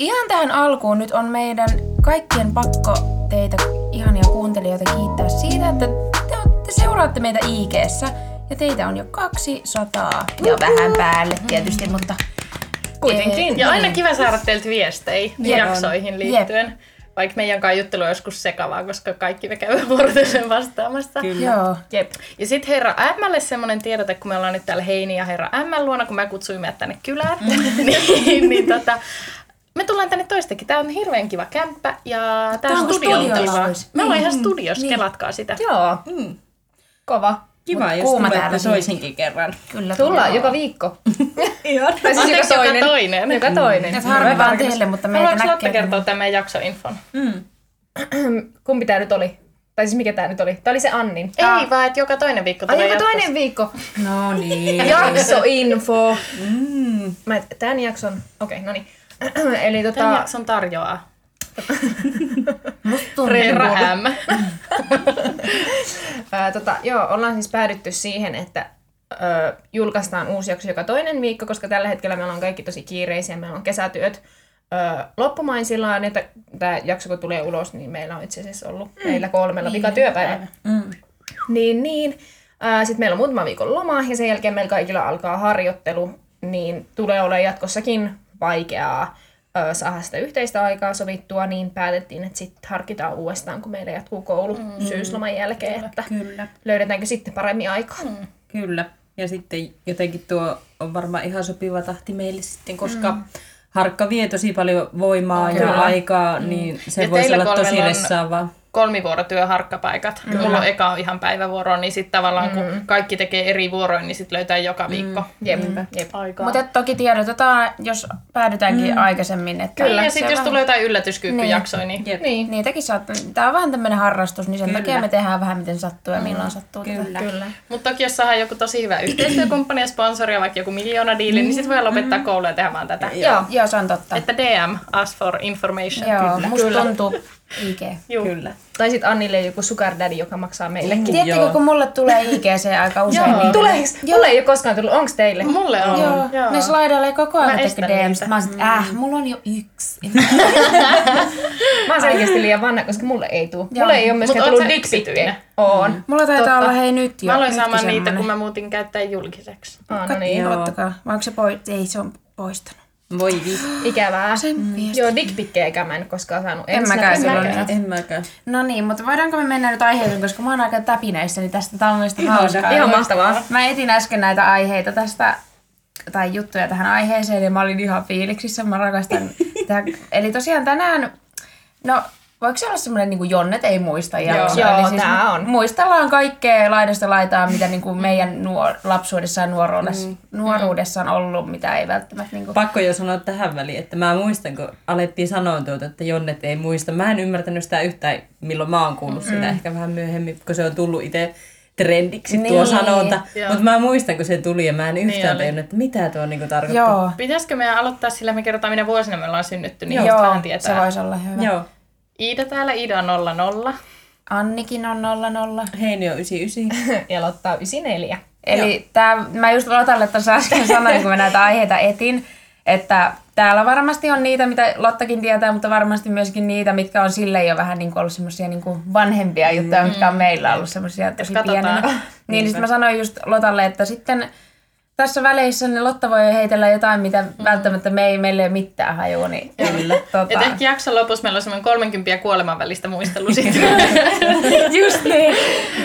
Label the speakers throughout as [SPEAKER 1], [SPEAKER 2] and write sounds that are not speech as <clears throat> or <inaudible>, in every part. [SPEAKER 1] Ihan tähän alkuun nyt on meidän kaikkien pakko teitä ihania kuuntelijoita kiittää siitä, että te, olette- seuraatte meitä ig ja teitä on jo 200 ja vähän päälle tietysti, mutta Eh,
[SPEAKER 2] Kuitenkin.
[SPEAKER 3] Ja Niin, aina kiva saada teiltä viestejä
[SPEAKER 1] Jep.
[SPEAKER 3] jaksoihin liittyen. Vaikka meidänkaan juttelu on joskus sekavaa, koska kaikki me käymme vuorotellen vastaamassa.
[SPEAKER 2] Kyllä.
[SPEAKER 1] joo.
[SPEAKER 3] Jep. Ja sitten herra Mlle semmoinen tiedote, kun me ollaan nyt täällä Heini ja herra M luona, kun mä kutsuin meidät tänne kylään, <laughs> niin, niin tota, me tullaan tänne toistekin. Tää on hirveän kiva kämppä ja tää on
[SPEAKER 1] on kuin
[SPEAKER 3] studion
[SPEAKER 1] studiossa
[SPEAKER 3] kiva.
[SPEAKER 1] olisi.
[SPEAKER 3] Me ollaan ihan
[SPEAKER 1] Niin.
[SPEAKER 3] studiossa,
[SPEAKER 1] Niin.
[SPEAKER 3] kelatkaa sitä.
[SPEAKER 4] Joo. Mm. Kova.
[SPEAKER 2] Kiva,
[SPEAKER 1] Mut
[SPEAKER 2] jos
[SPEAKER 1] kuuma
[SPEAKER 2] tulette
[SPEAKER 1] täällä. siis.
[SPEAKER 2] toisenkin kerran.
[SPEAKER 1] Kyllä
[SPEAKER 4] Tullaan joka <laughs> viikko.
[SPEAKER 2] Ihan.
[SPEAKER 4] Tai siis joka
[SPEAKER 3] Anteeksi, joka
[SPEAKER 4] toinen. Mm.
[SPEAKER 3] toinen.
[SPEAKER 4] Joka toinen.
[SPEAKER 1] Nyt harmi vaan teille, mutta meitä
[SPEAKER 3] Haluatko Lotta
[SPEAKER 1] näkee.
[SPEAKER 3] kertoa tämän jaksoinfon?
[SPEAKER 4] Kumpi tää nyt oli? Tai siis mikä tää nyt oli? Tää oli se Annin.
[SPEAKER 3] Ei vaan, että joka toinen viikko
[SPEAKER 4] Ai
[SPEAKER 3] tulee
[SPEAKER 4] joka
[SPEAKER 3] jatkossa.
[SPEAKER 4] toinen viikko.
[SPEAKER 1] No niin.
[SPEAKER 4] Jaksoinfo. Mm. Mä et- tän jakson... Okei, no niin. <clears throat> Eli tota...
[SPEAKER 3] Tämän jakson tarjoaa
[SPEAKER 1] Tuntuu.
[SPEAKER 3] Herra M.
[SPEAKER 4] Ää, tota, joo, ollaan siis päädytty siihen, että ö, julkaistaan uusi jakso joka toinen viikko, koska tällä hetkellä meillä on kaikki tosi kiireisiä, meillä on kesätyöt ö, loppumaisillaan, ja tämä jakso kun tulee ulos, niin meillä on itse asiassa ollut mm. niin, meillä kolmella vika työpäivä. Niin, niin. Sitten meillä on muutama viikon loma ja sen jälkeen meillä kaikilla alkaa harjoittelu, niin tulee olemaan jatkossakin vaikeaa ö, saada sitä yhteistä aikaa sovittua, niin päätettiin, että sitten harkitaan uudestaan, kun meillä jatkuu koulu mm. syysloman jälkeen, että
[SPEAKER 2] <laughs> Kyllä.
[SPEAKER 4] löydetäänkö sitten paremmin aikaa. Mm.
[SPEAKER 2] Kyllä. Ja sitten jotenkin tuo on varmaan ihan sopiva tahti meille sitten, koska mm. harkka vie tosi paljon voimaa Kyllä. ja aikaa, niin se
[SPEAKER 3] Ja
[SPEAKER 2] ja voisi
[SPEAKER 3] teillä
[SPEAKER 2] olla tosi
[SPEAKER 3] kolmella on-
[SPEAKER 2] stressaavaa.
[SPEAKER 3] kolmivuorotyöharkkapaikat. Mm. Mulla on eka ihan päivävuoro, niin sitten tavallaan mm. kun kaikki tekee eri vuoroja, niin sitten löytää joka viikko mm.
[SPEAKER 4] Jep, jep.
[SPEAKER 3] aikaa.
[SPEAKER 1] Mutta toki tiedotetaan, jos
[SPEAKER 2] Mm.
[SPEAKER 1] päädytäänkin aikaisemmin. Että
[SPEAKER 3] Kyllä, ja
[SPEAKER 1] se
[SPEAKER 3] sitten jos
[SPEAKER 1] vähän-
[SPEAKER 3] tulee jotain yllätyskyykkyjaksoja, niin, niin
[SPEAKER 2] Jep.
[SPEAKER 4] Niin,
[SPEAKER 1] Niitäkin saat, tää on vähän tämmönen harrastus, niin sen
[SPEAKER 2] Kyllä.
[SPEAKER 1] takia me tehdään vähän miten sattuu ja milloin sattuu. tätä.
[SPEAKER 2] Kyllä.
[SPEAKER 4] kyllä.
[SPEAKER 3] Mutta toki jos saadaan joku tosi hyvä yhteistyökumppani ja sponsori ja vaikka joku miljoona diili, niin sitten voi lopettaa koulu ja tehdä vaan tätä.
[SPEAKER 1] Joo, joo, se on totta.
[SPEAKER 3] Että DM, ask for information.
[SPEAKER 1] joo, musta
[SPEAKER 4] Kyllä.
[SPEAKER 1] tuntuu IG.
[SPEAKER 3] Juu.
[SPEAKER 2] Kyllä.
[SPEAKER 4] Tai sitten Annille joku sugar daddy, joka maksaa meillekin.
[SPEAKER 1] Tiedättekö, kun mulle tulee IGC aika usein, niin
[SPEAKER 4] Tuleeko? Mulle ei ole koskaan tullut. Onks teille?
[SPEAKER 1] Mm.
[SPEAKER 3] Mulle on.
[SPEAKER 1] Joo, joo. ne slaidailee koko ajan
[SPEAKER 3] estän
[SPEAKER 1] tekee DMs.
[SPEAKER 3] niitä.
[SPEAKER 1] Mä oon sit, äh, mulla on jo yksi.
[SPEAKER 4] Mä oon selkeästi liian vanna, koska mulle ei tuu.
[SPEAKER 1] Joo.
[SPEAKER 4] Mulle ei ole myöskään
[SPEAKER 3] oot
[SPEAKER 4] tullut
[SPEAKER 3] sä
[SPEAKER 4] dickpikkejä.
[SPEAKER 3] yksityinen?
[SPEAKER 4] Oon.
[SPEAKER 1] Mulla taitaa
[SPEAKER 4] Totta.
[SPEAKER 1] olla hei nyt jo.
[SPEAKER 3] Mä aloin
[SPEAKER 1] nytkin
[SPEAKER 3] saamaan niitä,
[SPEAKER 1] semmonen.
[SPEAKER 3] kun mä muutin käyttää julkiseksi.
[SPEAKER 4] Ah, no niin.
[SPEAKER 2] Joo.
[SPEAKER 1] Ottakaa. Vai onko se pois? Ei, se on poistanut.
[SPEAKER 2] Voi vittu.
[SPEAKER 4] Ikävää. Mm.
[SPEAKER 1] Sen viesti.
[SPEAKER 4] Joo, dickpikkejäkään mä en koskaan saanut. En
[SPEAKER 1] En
[SPEAKER 4] sinä-
[SPEAKER 1] mäkään
[SPEAKER 4] en
[SPEAKER 1] silloin.
[SPEAKER 4] mäkään.
[SPEAKER 2] En mäkään.
[SPEAKER 1] No niin, mutta voidaanko me mennä nyt aiheeseen, koska mä oon aika täpineissä, niin tästä tää on mielestäni hauskaa.
[SPEAKER 4] Ihan mahtavaa.
[SPEAKER 1] Mä etin äsken näitä aiheita tästä, tai juttuja tähän aiheeseen, ja mä olin ihan fiiliksissä, mä
[SPEAKER 4] <laughs>
[SPEAKER 1] rakastan tätä. Eli tosiaan tänään, no voiko se olla semmoinen niin Jonnet ei muista jakso?
[SPEAKER 4] Joo,
[SPEAKER 1] Eli siis
[SPEAKER 4] tää on.
[SPEAKER 1] Muistellaan kaikkea laidasta laitaan, mitä niin kuin meidän nuor- lapsuudessa ja nuoruudessa,
[SPEAKER 4] Mm.
[SPEAKER 1] nuoruudessa on ollut, mitä ei välttämättä... Niin kuin...
[SPEAKER 2] Pakko jo sanoa tähän väliin, että mä muistan, kun alettiin sanoa tuota, että Jonnet ei muista. Mä en ymmärtänyt sitä yhtään, milloin mä oon kuullut sitä ehkä vähän myöhemmin, kun se on tullut itse trendiksi niin. tuo
[SPEAKER 1] Niin.
[SPEAKER 2] sanonta.
[SPEAKER 3] Joo.
[SPEAKER 2] Mutta mä muistan, kun se tuli ja mä en yhtään
[SPEAKER 3] oli.
[SPEAKER 2] niin tajunnut, että mitä tuo niinku tarkoittaa.
[SPEAKER 1] Joo,
[SPEAKER 3] Pitäisikö meidän aloittaa sillä, me kerrotaan, minä vuosina me ollaan synnytty, niin just
[SPEAKER 1] joo
[SPEAKER 3] vähän
[SPEAKER 1] se
[SPEAKER 3] tietää.
[SPEAKER 1] voisi olla hyvä.
[SPEAKER 2] Joo.
[SPEAKER 3] Iida täällä, Iida 00.
[SPEAKER 1] Annikin on nolla nolla.
[SPEAKER 2] Heini on 99.
[SPEAKER 4] <laughs> Ja Lotta on 94.
[SPEAKER 1] Eli tää, mä just Lotalle tuossa
[SPEAKER 3] <laughs>
[SPEAKER 1] äsken sanoin, kun mä näitä aiheita etin, että täällä varmasti on niitä, mitä Lottakin tietää, mutta varmasti myöskin niitä, mitkä on sille jo vähän niin kuin ollut semmoisia niin kuin vanhempia juttuja, mitkä on meillä ollut semmoisia tosi
[SPEAKER 3] Mm-hmm. katsotaan. <laughs>
[SPEAKER 1] pienenä. Niin sitten mä sanoin just Lotalle, että sitten tässä väleissä niin Lotta voi heitellä jotain, mitä
[SPEAKER 3] Mm-hmm.
[SPEAKER 1] välttämättä me ei, meille ei ole mitään hajua. Niin, Kyllä.
[SPEAKER 3] Et
[SPEAKER 1] Tota,
[SPEAKER 3] ehkä jakson lopussa meillä on semmoinen 30 ja kuoleman välistä muistelu siitä.
[SPEAKER 1] <laughs> just niin.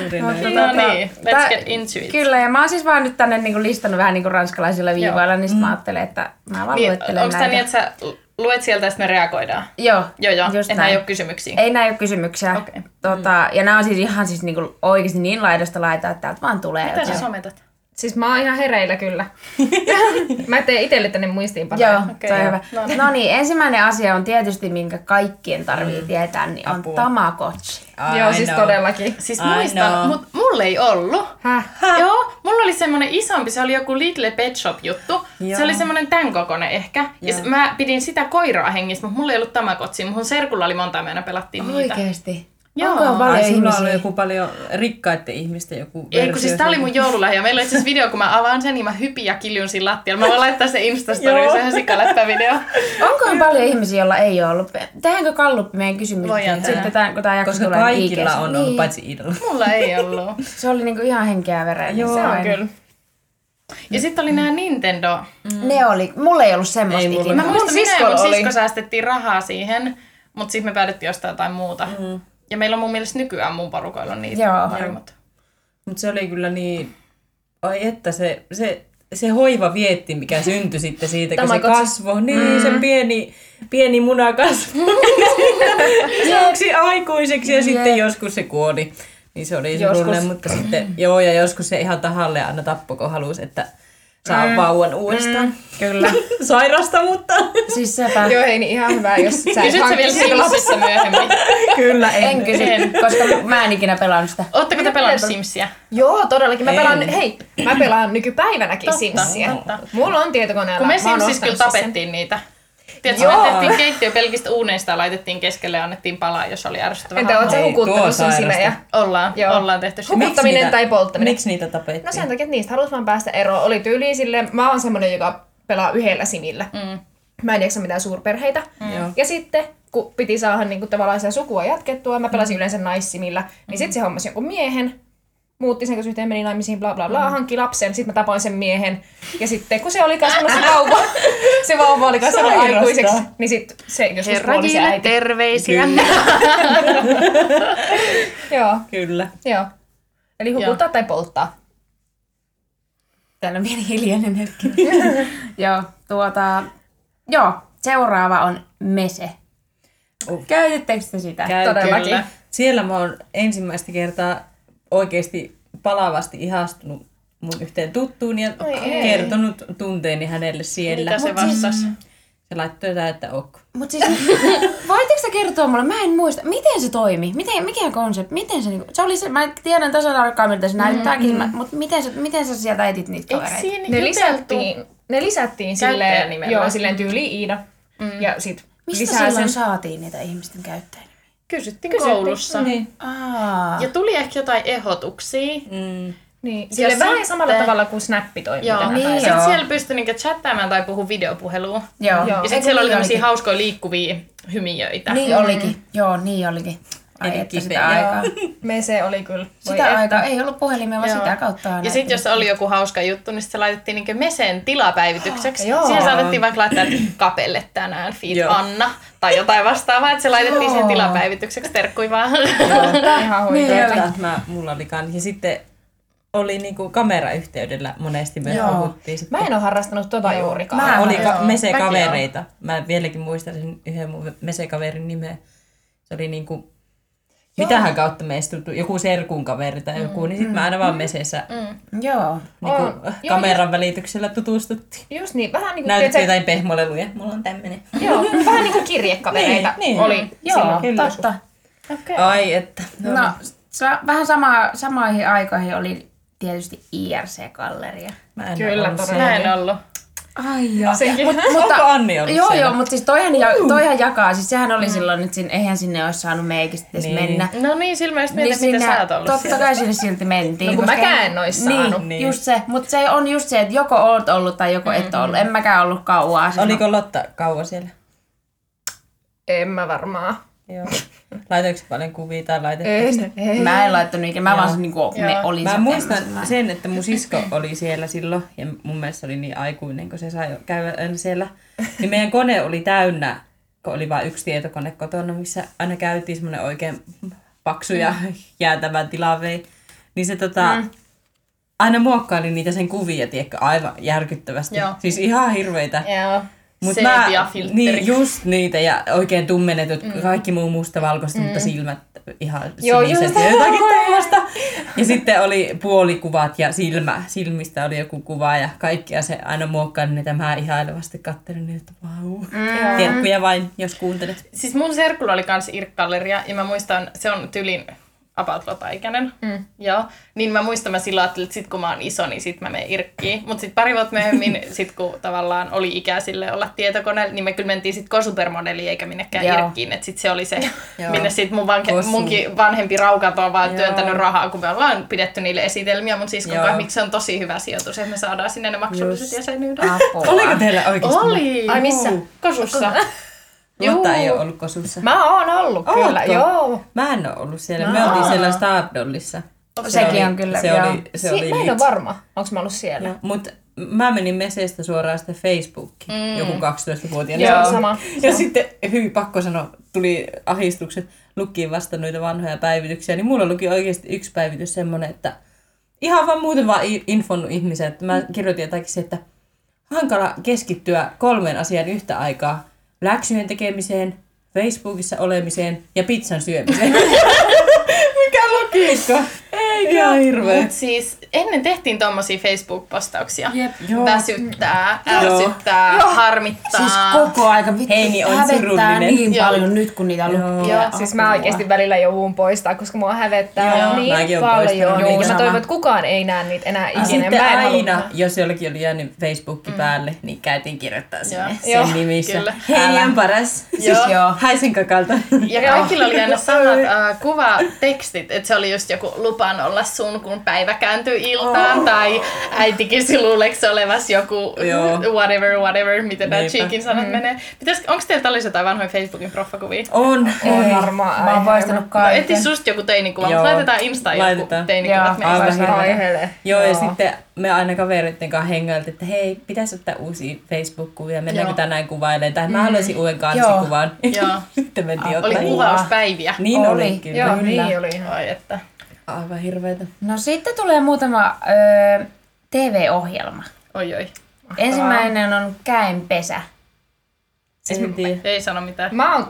[SPEAKER 2] Juuri
[SPEAKER 1] Mut
[SPEAKER 2] näin.
[SPEAKER 1] No tota-
[SPEAKER 3] No niin, let's
[SPEAKER 1] tää-
[SPEAKER 3] get into it.
[SPEAKER 1] Kyllä, ja mä oon siis vaan nyt tänne niinku listannut vähän niinku ranskalaisilla viivoilla, niin
[SPEAKER 3] Mm.
[SPEAKER 1] sit mä ajattelin, että mä vaan
[SPEAKER 3] Niin,
[SPEAKER 1] luettelen
[SPEAKER 3] onko tämä
[SPEAKER 1] näitä.
[SPEAKER 3] niin, että sä luet sieltä ja sitten me reagoidaan?
[SPEAKER 1] Joo,
[SPEAKER 3] Joo, joo,
[SPEAKER 1] just
[SPEAKER 3] enää
[SPEAKER 1] näin.
[SPEAKER 3] ei ole kysymyksiä.
[SPEAKER 1] Ei näin ole kysymyksiä.
[SPEAKER 3] Okei. Mm.
[SPEAKER 1] Tota, ja nämä on siis ihan siis niinku oikeasti niin laidasta laitaa, että täältä vaan tulee.
[SPEAKER 3] Mitä sä
[SPEAKER 1] jotain.
[SPEAKER 3] sometat?
[SPEAKER 4] Siis mä oon ihan hereillä kyllä. <laughs> mä teen itselle tänne muistiinpanoja.
[SPEAKER 1] Joo,
[SPEAKER 3] Okei,
[SPEAKER 1] se on
[SPEAKER 3] joo.
[SPEAKER 1] hyvä.
[SPEAKER 3] No
[SPEAKER 1] No niin, ensimmäinen asia on tietysti, minkä kaikkien tarvii
[SPEAKER 3] Mm.
[SPEAKER 1] tietää, niin on Tamagotchi.
[SPEAKER 2] I
[SPEAKER 4] Joo, siis
[SPEAKER 2] know.
[SPEAKER 4] todellakin.
[SPEAKER 3] Siis
[SPEAKER 2] I
[SPEAKER 3] muistan,
[SPEAKER 2] know.
[SPEAKER 3] mutta mulla ei ollut.
[SPEAKER 4] Häh?
[SPEAKER 3] Joo, mulla oli semmonen isompi, se oli joku Little Pet Shop juttu. Se
[SPEAKER 2] Joo.
[SPEAKER 3] oli semmonen tän kokonen ehkä. Ja s- mä pidin sitä koiraa hengissä, mutta mulla ei ollut tamakotsia. Mun serkulla oli monta, me aina pelattiin niitä.
[SPEAKER 1] Oikeesti.
[SPEAKER 3] Joo.
[SPEAKER 1] Onko on paljon
[SPEAKER 2] Ai, sulla on
[SPEAKER 1] ihmisiä?
[SPEAKER 2] ollut joku paljon rikkaiden ihmisten joku
[SPEAKER 3] Ei, kun siis tää oli mun
[SPEAKER 2] joku...
[SPEAKER 3] joululahja. Meillä on itse asiassa video, kun mä avaan sen, niin mä hypin ja kiljun siinä lattialla. Mä voin laittaa se Instastoriin,
[SPEAKER 2] Joo.
[SPEAKER 3] se on ihan sikaläppä video.
[SPEAKER 1] Onko paljon ihmisiä, joilla ei ole ollut? Tehdäänkö kalluppi meidän
[SPEAKER 3] Voidaan
[SPEAKER 1] kysymyksiin?
[SPEAKER 3] tehdä.
[SPEAKER 1] Sitten tämän, kun tämä jakso
[SPEAKER 2] Koska
[SPEAKER 1] tulee
[SPEAKER 2] kaikilla
[SPEAKER 1] IG:ssä.
[SPEAKER 2] on ollut,
[SPEAKER 1] Niin.
[SPEAKER 2] paitsi Idalla.
[SPEAKER 3] Mulla ei ollut.
[SPEAKER 1] Se oli niinku ihan henkeä vereen.
[SPEAKER 2] Joo.
[SPEAKER 1] se
[SPEAKER 3] Se on
[SPEAKER 1] aina.
[SPEAKER 3] kyllä. Ja sitten oli nämä Nintendo.
[SPEAKER 1] Ne oli. Mulla ei ollut semmoista
[SPEAKER 2] Ei
[SPEAKER 1] ei,
[SPEAKER 2] mulla
[SPEAKER 1] ikinä.
[SPEAKER 3] Mä
[SPEAKER 1] Mä,
[SPEAKER 2] ollut.
[SPEAKER 3] muistan, minä ja
[SPEAKER 4] siskolla
[SPEAKER 3] mun
[SPEAKER 4] oli.
[SPEAKER 3] sisko säästettiin rahaa siihen, mutta sitten me päädyttiin ostaa jotain muuta. Mm. Ja meillä on mun mielestä nykyään mun porukoilla on niitä
[SPEAKER 1] Joo.
[SPEAKER 3] varmut.
[SPEAKER 2] Mutta se oli kyllä niin, ai että se, se, se hoiva vietti, mikä syntyi sitten siitä, kun se
[SPEAKER 4] Tamagotchi.
[SPEAKER 2] kasvoi. Niin, mm. se pieni, pieni muna kasvoi isoksi aikuiseksi ja sitten
[SPEAKER 1] Jep.
[SPEAKER 2] joskus se kuoli. Niin se oli
[SPEAKER 4] Joskus.
[SPEAKER 2] surullinen, mutta sitten, joo, ja joskus se ihan tahalle aina tappoi, kun halusi, että saa mm. vauvan uudestaan.
[SPEAKER 1] kyllä.
[SPEAKER 2] <laughs> Sairasta, mutta
[SPEAKER 1] Siis sepä.
[SPEAKER 4] Joo, ei niin ihan hyvä, jos sä et
[SPEAKER 3] Kysytkö vielä
[SPEAKER 4] hankki sitä lapsia.
[SPEAKER 3] Simsissä myöhemmin?
[SPEAKER 2] kyllä en.
[SPEAKER 1] En kysy,
[SPEAKER 3] <laughs> En.
[SPEAKER 1] koska mä en ikinä pelannut sitä.
[SPEAKER 3] Ootteko te pelannut Simsiä?
[SPEAKER 4] Joo, todellakin. Mä
[SPEAKER 2] En.
[SPEAKER 4] pelaan, hei, mä pelaan nykypäivänäkin Simsiä.
[SPEAKER 3] totta.
[SPEAKER 4] Mulla on tietokoneella.
[SPEAKER 3] Kun me
[SPEAKER 4] mä oon
[SPEAKER 3] Simsissä kyllä
[SPEAKER 4] ostanut sen.
[SPEAKER 3] tapettiin niitä. Tiedätkö,
[SPEAKER 2] Joo.
[SPEAKER 3] me tehtiin keittiö pelkistä uuneista ja laitettiin keskelle ja annettiin palaa, jos oli ärsyttävää.
[SPEAKER 4] Entä oot sä
[SPEAKER 2] Ei, tuo
[SPEAKER 4] hukuttanut sun
[SPEAKER 2] sairasta.
[SPEAKER 4] simejä?
[SPEAKER 3] Ollaan,
[SPEAKER 4] Joo.
[SPEAKER 3] ollaan tehty sitä.
[SPEAKER 4] Hukuttaminen
[SPEAKER 2] Miksi niitä-
[SPEAKER 4] tai polttaminen?
[SPEAKER 2] Miksi niitä tapettiin?
[SPEAKER 4] No sen takia, että niistä halusi vaan päästä eroon. Oli tyyliin silleen, mä oon semmonen, joka pelaa yhdellä simillä. Mm. Mä en jaksa mitään suurperheitä.
[SPEAKER 2] Joo.
[SPEAKER 4] Ja sitten, kun piti saada niinku tavallaan sitä sukua jatkettua, mä pelasin yleensä naissimillä, niin sit se hommasi jonkun miehen, muutti sen, kun se yhteen meni naimisiin, bla bla bla, mm. hankki lapsen, sitten mä tapoin sen miehen. Ja sitten kun se oli <laughs> kasvanut se vauva, se vauva oli kasvanut
[SPEAKER 2] Sairasta.
[SPEAKER 4] aikuiseksi, niin sitten se
[SPEAKER 1] Siis
[SPEAKER 4] joskus
[SPEAKER 3] Herra
[SPEAKER 4] kuoli se
[SPEAKER 3] Jille,
[SPEAKER 4] äiti.
[SPEAKER 3] terveisiä.
[SPEAKER 4] Joo,
[SPEAKER 2] Kyllä.
[SPEAKER 4] joo. Eli hukuttaa tai polttaa.
[SPEAKER 1] Täällä on pieni hiljainen
[SPEAKER 3] <laughs>
[SPEAKER 1] hetki. joo, tuota... Joo, seuraava on mese.
[SPEAKER 2] Uh.
[SPEAKER 1] Käytettekö te sitä?
[SPEAKER 2] Käy
[SPEAKER 4] Todellakin.
[SPEAKER 2] kyllä. Siellä mä oon ensimmäistä kertaa oikeasti palavasti ihastunut mun yhteen tuttuun ja
[SPEAKER 4] ei.
[SPEAKER 2] kertonut tunteeni hänelle siellä.
[SPEAKER 3] Mitä se vastasi?
[SPEAKER 2] Se laittoi jotain, että ok.
[SPEAKER 1] Mut siis, <laughs> voitteko sä kertoa mulle, mä en muista, miten se toimi? Miten, mikä konsepti? Miten se, niinku, se oli se, mä tiedän tasan tarkkaan, miltä se näyttääkin, mm mutta miten sä, miten sä sieltä etit niitä kavereita?
[SPEAKER 3] Mm-hmm. Eikö siinä
[SPEAKER 4] Ne
[SPEAKER 3] juteltu?
[SPEAKER 4] lisättiin, ne lisättiin silleen,
[SPEAKER 3] Käyttäjänimellä.
[SPEAKER 4] joo, silleen tyyliin Iida. Mm. Ja sit
[SPEAKER 1] Mistä
[SPEAKER 4] lisää
[SPEAKER 1] silloin
[SPEAKER 4] sen.
[SPEAKER 1] saatiin niitä ihmisten käyttäjiä?
[SPEAKER 3] Kysyttiin, koulussa.
[SPEAKER 2] Niin.
[SPEAKER 1] Aa,
[SPEAKER 3] Ja tuli ehkä jotain ehdotuksia.
[SPEAKER 2] Mm.
[SPEAKER 4] Niin, sille
[SPEAKER 3] Ja
[SPEAKER 4] vähän
[SPEAKER 3] sitten-
[SPEAKER 4] samalla tavalla kuin Snappi toimii
[SPEAKER 3] Joo.
[SPEAKER 4] tänä
[SPEAKER 3] Niin,
[SPEAKER 1] päivänä.
[SPEAKER 4] päivänä.
[SPEAKER 3] Sitten
[SPEAKER 1] Joo.
[SPEAKER 3] siellä pystyi niinku chattaamaan tai puhua videopuhelua.
[SPEAKER 1] joo. joo.
[SPEAKER 4] Joo.
[SPEAKER 3] Ja
[SPEAKER 4] Ei,
[SPEAKER 3] sitten siellä oli tämmöisiä hauskoja liikkuvia hymiöitä.
[SPEAKER 1] Niin olikin, joo, niin olikin. Ai
[SPEAKER 2] Eli
[SPEAKER 1] että sitä
[SPEAKER 2] kipeä.
[SPEAKER 1] aikaa.
[SPEAKER 4] Me se oli kyllä. Voi
[SPEAKER 1] Sitä
[SPEAKER 4] et-
[SPEAKER 1] aikaa, ei ollut puhelimia, vaan
[SPEAKER 3] Joo.
[SPEAKER 1] sitä kautta aina.
[SPEAKER 3] Ja sitten jos oli joku hauska juttu, niin se laitettiin niinku mesen tilapäivitykseksi.
[SPEAKER 4] Joo.
[SPEAKER 3] Siihen saatettiin vaikka laittaa, että kapelle tänään, feed
[SPEAKER 2] Joo.
[SPEAKER 3] Anna, tai jotain vastaavaa, että se laitettiin
[SPEAKER 1] Joo.
[SPEAKER 3] siihen tilapäivitykseksi, terkkui vaan.
[SPEAKER 4] Ihan
[SPEAKER 1] Niin,
[SPEAKER 4] huikea.
[SPEAKER 1] joo.
[SPEAKER 2] Tota, mä, mulla oli kans. Ja sitten oli niinku kamerayhteydellä monesti myös
[SPEAKER 1] Joo.
[SPEAKER 2] puhuttiin.
[SPEAKER 4] Mä
[SPEAKER 2] Sitten.
[SPEAKER 4] en ole harrastanut tota juurikaan.
[SPEAKER 1] Mä-
[SPEAKER 2] oli ka-
[SPEAKER 3] joo.
[SPEAKER 2] mesekavereita. Mä vieläkin muistan sen yhden mun mesekaverin nimeä. Se oli niinku, mitähän kautta meistä tuttu, joku serkun kaveri tai joku, niin sit mä aina vaan mesessä
[SPEAKER 1] Joo.
[SPEAKER 2] niinku,
[SPEAKER 4] On. Joo,
[SPEAKER 2] kameran välityksellä tutustuttiin.
[SPEAKER 4] Just niin, vähän niinku,
[SPEAKER 2] Näytettiin
[SPEAKER 4] tiedätkö-
[SPEAKER 2] jotain pehmoleluja. Mulla on tämmönen.
[SPEAKER 4] Joo, vähän niinku kirjekavereita
[SPEAKER 2] <laughs> Niin, niin.
[SPEAKER 4] oli.
[SPEAKER 1] Joo,
[SPEAKER 4] silloin.
[SPEAKER 2] kyllä.
[SPEAKER 1] totta.
[SPEAKER 2] Ai että. No,
[SPEAKER 1] No, sa- vähän sama, samoihin aikoihin oli tietysti IRC-galleria.
[SPEAKER 2] mä en
[SPEAKER 4] Kyllä,
[SPEAKER 2] kyllä,
[SPEAKER 4] todella.
[SPEAKER 2] todella.
[SPEAKER 3] Mä
[SPEAKER 1] niin.
[SPEAKER 3] en ollut.
[SPEAKER 1] Ai joo.
[SPEAKER 4] Senkin.
[SPEAKER 1] Mut,
[SPEAKER 2] Mutta, Onko
[SPEAKER 1] mutta,
[SPEAKER 2] Anni ollut
[SPEAKER 1] joo,
[SPEAKER 2] siellä?
[SPEAKER 1] joo, mutta siis toihan, ja, toihan jakaa. Siis sehän oli silloin, että sin, eihän sinne olisi saanut meikistä edes
[SPEAKER 2] Niin.
[SPEAKER 1] niin. mennä.
[SPEAKER 3] No niin, sillä mä just mietin, mitä sä oot ollut
[SPEAKER 1] totta
[SPEAKER 3] siellä.
[SPEAKER 1] kai sinne silti mentiin.
[SPEAKER 4] No kun
[SPEAKER 1] koska-
[SPEAKER 4] mäkään en ois saanut.
[SPEAKER 1] Niin,
[SPEAKER 2] Niin.
[SPEAKER 1] niin. just se. Mutta se on just se, että joko oot ollut tai joko et ollut. En mäkään ollut kauaa. Siis
[SPEAKER 2] Mm-hmm. Oliko Lotta kauan siellä?
[SPEAKER 4] En mä varmaan.
[SPEAKER 2] Joo. Laitoiko paljon kuvia tai laitettiin?
[SPEAKER 4] En, en.
[SPEAKER 1] Mä en laittanut ikinä, mä vaan se, niinku, me olin
[SPEAKER 2] Mä
[SPEAKER 1] se
[SPEAKER 2] muistan
[SPEAKER 1] tämmöisenä.
[SPEAKER 2] sen, että mun sisko oli siellä silloin, ja mun mielestä se oli niin aikuinen, kun se sai käydä aina siellä. Niin meidän kone oli täynnä, kun oli vain yksi tietokone kotona, missä aina käytiin semmoinen oikein paksu ja <laughs> jäätävä tilavei. Niin se tota, mm. aina muokkaili niitä sen kuvia, tiedätkö, aivan järkyttävästi.
[SPEAKER 3] Joo.
[SPEAKER 2] Siis ihan hirveitä.
[SPEAKER 3] Joo.
[SPEAKER 2] Mut mä,
[SPEAKER 3] Sepia-filtteri.
[SPEAKER 2] niin, just niitä ja oikein tummenetut, mm. kaikki muu mustavalkoista, mm. mutta silmät ihan
[SPEAKER 4] Joo,
[SPEAKER 2] siniset
[SPEAKER 4] just.
[SPEAKER 2] ja jotakin tällaista. Ja sitten oli puolikuvat ja silmä, silmistä oli joku kuva ja kaikkia se aina muokkaan niitä. Mä ihailevasti kattelin niitä, että vau. Mm. Terkkuja vain, jos kuuntelet.
[SPEAKER 3] Siis mun serkulla oli kans irkkalleria ja mä muistan, se on tylin about lotaikäinen. Mm. Joo. Niin mä muistan, mä silloin ajattelin, että sit kun mä oon iso, niin sit mä menen irkkiin. Mut sit pari vuotta
[SPEAKER 2] <laughs>
[SPEAKER 3] myöhemmin, sit kun tavallaan oli ikä sille olla tietokoneella, niin me kyllä mentiin sit kosutermodeliin eikä minnekään
[SPEAKER 1] Joo.
[SPEAKER 3] Joo. irkkiin. Et sit se oli se,
[SPEAKER 2] Joo.
[SPEAKER 3] minne sit mun vanke,
[SPEAKER 2] Kosu.
[SPEAKER 3] munkin vanhempi raukat on vaan
[SPEAKER 2] Joo.
[SPEAKER 3] työntänyt rahaa, kun me ollaan pidetty niille esitelmiä mun siskon
[SPEAKER 2] Joo.
[SPEAKER 3] kanssa. Miksi se on tosi hyvä sijoitus, että me saadaan sinne ne maksulliset
[SPEAKER 2] Just. Ah,
[SPEAKER 3] jäsenyydet.
[SPEAKER 1] Apua.
[SPEAKER 2] Oliko teillä oikeasti?
[SPEAKER 3] Oli!
[SPEAKER 4] Ai missä?
[SPEAKER 3] Kosussa.
[SPEAKER 2] Lotta ei
[SPEAKER 4] Juu.
[SPEAKER 2] ole ollut kosussa. Mä,
[SPEAKER 4] Mä oon ollut
[SPEAKER 2] Ootko?
[SPEAKER 4] kyllä, joo.
[SPEAKER 2] mä en ole ollut siellä. Me oltiin siellä Stardollissa.
[SPEAKER 1] Sekin
[SPEAKER 2] oli-
[SPEAKER 1] on kyllä,
[SPEAKER 2] se
[SPEAKER 1] joo.
[SPEAKER 2] oli, se oli
[SPEAKER 4] Si- mä en ole
[SPEAKER 2] vitsi.
[SPEAKER 4] varma, onko mä ollut siellä.
[SPEAKER 2] Mutta mä menin mesestä suoraan sitten Facebookiin, mm. joku 12-vuotiaana.
[SPEAKER 4] Joo,
[SPEAKER 2] Sama.
[SPEAKER 4] sama.
[SPEAKER 2] Ja sitten, hyi, pakko sanoa, tuli ahistukset, lukkiin vasta noita vanhoja päivityksiä, niin mulla luki oikeasti yksi päivitys semmoinen, että ihan vaan muuten vaan i- infonnut ihmisiä, että mä kirjoitin jotakin se, että hankala keskittyä kolmeen asiaan yhtä aikaa, läksyjen tekemiseen, Facebookissa olemiseen ja pizzan syömiseen. Mikä logiikka? Ei, ihan hirveä.
[SPEAKER 3] Mut siis ennen tehtiin tommosia Facebook-postauksia.
[SPEAKER 1] Jep.
[SPEAKER 2] Joo. Mm.
[SPEAKER 3] Väsyttää,
[SPEAKER 2] Joo.
[SPEAKER 3] ärsyttää, harmittaa.
[SPEAKER 1] Siis koko aika vittu
[SPEAKER 2] Heini on
[SPEAKER 1] hävettää
[SPEAKER 2] surullinen.
[SPEAKER 1] niin
[SPEAKER 3] Joo.
[SPEAKER 1] paljon nyt, kun niitä lukee.
[SPEAKER 3] Joo.
[SPEAKER 4] Siis mä oikeasti välillä joudun poistaa, koska mua hävettää
[SPEAKER 2] Joo. Mäkin
[SPEAKER 4] niin
[SPEAKER 2] oon
[SPEAKER 4] paljon.
[SPEAKER 2] poistanut
[SPEAKER 4] Joo, ja
[SPEAKER 1] niitä.
[SPEAKER 4] mä toivon, että kukaan ei näe niitä enää
[SPEAKER 2] Ja
[SPEAKER 4] ikinä.
[SPEAKER 2] sitten
[SPEAKER 4] Mä en
[SPEAKER 2] aina,
[SPEAKER 4] halua.
[SPEAKER 2] jos jollakin oli jäänyt Facebookki mm. päälle, niin käytiin kirjoittaa sinne sen
[SPEAKER 4] Joo,
[SPEAKER 2] nimissä.
[SPEAKER 3] kyllä.
[SPEAKER 2] Heini on paras.
[SPEAKER 1] Siis joo.
[SPEAKER 2] Haisin kakalta.
[SPEAKER 3] Ja kaikilla oli aina samat äh, kuvatekstit, että se oli just joku lupaan olla sun, kun päivä kääntyy iltaan, oh. tai äitikin luuleeksi olevas joku
[SPEAKER 2] Joo.
[SPEAKER 3] whatever, whatever, miten nämä
[SPEAKER 2] Niinpä.
[SPEAKER 3] cheekin sanat mm. menee. Pitäis, onko teillä tällaisia jotain vanhoja Facebookin proffakuvia?
[SPEAKER 2] On.
[SPEAKER 4] On
[SPEAKER 1] Ei,
[SPEAKER 4] varmaan
[SPEAKER 1] Mä oon
[SPEAKER 4] aihe.
[SPEAKER 1] poistanut
[SPEAKER 2] No,
[SPEAKER 3] Etti
[SPEAKER 1] kaiken.
[SPEAKER 3] susta joku teinikuva,
[SPEAKER 2] Joo.
[SPEAKER 3] mutta laitetaan Instaan joku
[SPEAKER 2] Laitetaan.
[SPEAKER 3] teinikuvat
[SPEAKER 1] Joo.
[SPEAKER 3] meidän.
[SPEAKER 2] Aivan
[SPEAKER 4] Aivan
[SPEAKER 2] hirveä.
[SPEAKER 4] Aihele.
[SPEAKER 2] Joo, ja sitten me aina kavereiden kanssa hengailtiin, että hei, pitäisi ottaa uusia Facebook-kuvia, mennäänkö
[SPEAKER 3] Joo.
[SPEAKER 2] tänään kuvailemaan, tai mä haluaisin uuden kansikuvaan.
[SPEAKER 3] Joo.
[SPEAKER 2] <laughs> sitten mentiin
[SPEAKER 3] Oli
[SPEAKER 2] ottaa.
[SPEAKER 3] kuvauspäiviä.
[SPEAKER 2] Niin oli,
[SPEAKER 1] Oli.
[SPEAKER 2] kyllä.
[SPEAKER 4] Joo,
[SPEAKER 1] Kyllä.
[SPEAKER 4] niin oli ihan.
[SPEAKER 3] Ai että.
[SPEAKER 2] Aivan hirveitä.
[SPEAKER 1] No sitten tulee muutama öö, TV-ohjelma.
[SPEAKER 3] Oi oi.
[SPEAKER 1] Ensimmäinen on Käenpesä.
[SPEAKER 2] Siis en tiedä.
[SPEAKER 3] Ei sano mitään.
[SPEAKER 4] Mä oon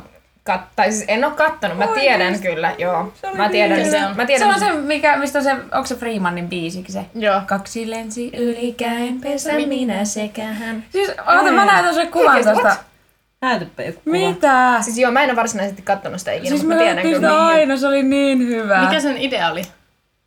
[SPEAKER 4] kat- tai siis en oo kattonut, mä tiedän kyllä, joo. Mä tiedän,
[SPEAKER 3] niin hyvä.
[SPEAKER 4] mä
[SPEAKER 1] Se
[SPEAKER 4] tiedän,
[SPEAKER 1] on se, mikä, mistä on se, onko se Freemanin biisikin se?
[SPEAKER 3] Joo.
[SPEAKER 1] Kaksi lensi yli käenpesä.
[SPEAKER 4] minä sekä hän.
[SPEAKER 1] Siis, oota, mä näytän sulle kuvan
[SPEAKER 4] Oikeesti,
[SPEAKER 1] tosta.
[SPEAKER 4] what?
[SPEAKER 2] Näytäpä joku kuva.
[SPEAKER 1] Mitä?
[SPEAKER 4] Siis joo, mä en oo varsinaisesti kattonut sitä ikinä,
[SPEAKER 1] Siis
[SPEAKER 4] mutta
[SPEAKER 1] me
[SPEAKER 4] mä tiedän
[SPEAKER 1] nähtiin
[SPEAKER 4] kyllä.
[SPEAKER 1] sitä aina, se oli niin hyvä.
[SPEAKER 3] Mikä sen idea oli?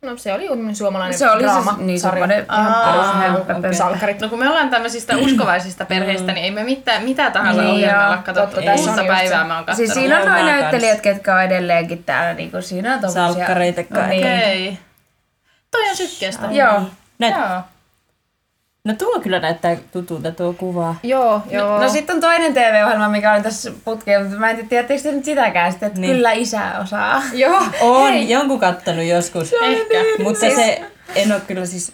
[SPEAKER 4] No se oli joku suomalainen
[SPEAKER 1] se oli
[SPEAKER 4] draama.
[SPEAKER 1] siis niin semmoinen ihan
[SPEAKER 3] Aa,
[SPEAKER 1] perus hömppäpömpä.
[SPEAKER 4] Salkkarit.
[SPEAKER 3] No kun me ollaan tämmöisistä uskovaisista perheistä, niin ei me mitään, mitä tahansa
[SPEAKER 1] Niin,
[SPEAKER 3] niin,
[SPEAKER 1] joo.
[SPEAKER 3] ohjelmaa ole katsottu.
[SPEAKER 4] Totta, tässä on
[SPEAKER 3] Kuutta
[SPEAKER 4] just se.
[SPEAKER 3] päivää mä oon katsonut.
[SPEAKER 1] Siis siinä on
[SPEAKER 2] Joo,
[SPEAKER 1] noin
[SPEAKER 2] mä kans.
[SPEAKER 1] näyttelijät, ketkä on edelleenkin täällä. Niin kuin siinä on tommosia.
[SPEAKER 2] Salkkareita kai.
[SPEAKER 1] Niin.
[SPEAKER 3] Okei. Toi on sykkeestä.
[SPEAKER 1] Joo.
[SPEAKER 2] Näyt...
[SPEAKER 3] Joo.
[SPEAKER 2] No tuo kyllä näyttää tutulta tuo kuva.
[SPEAKER 4] Joo, joo.
[SPEAKER 1] No sitten on toinen TV-ohjelma, mikä on tässä putkeen, mutta mä en tiedä, tiedättekö te nyt sitäkään sitten, että
[SPEAKER 2] Niin.
[SPEAKER 1] kyllä isä osaa.
[SPEAKER 4] Joo.
[SPEAKER 2] On, jonkun kattonut joskus.
[SPEAKER 3] Ehkä.
[SPEAKER 2] Mutta se, en ole kyllä siis,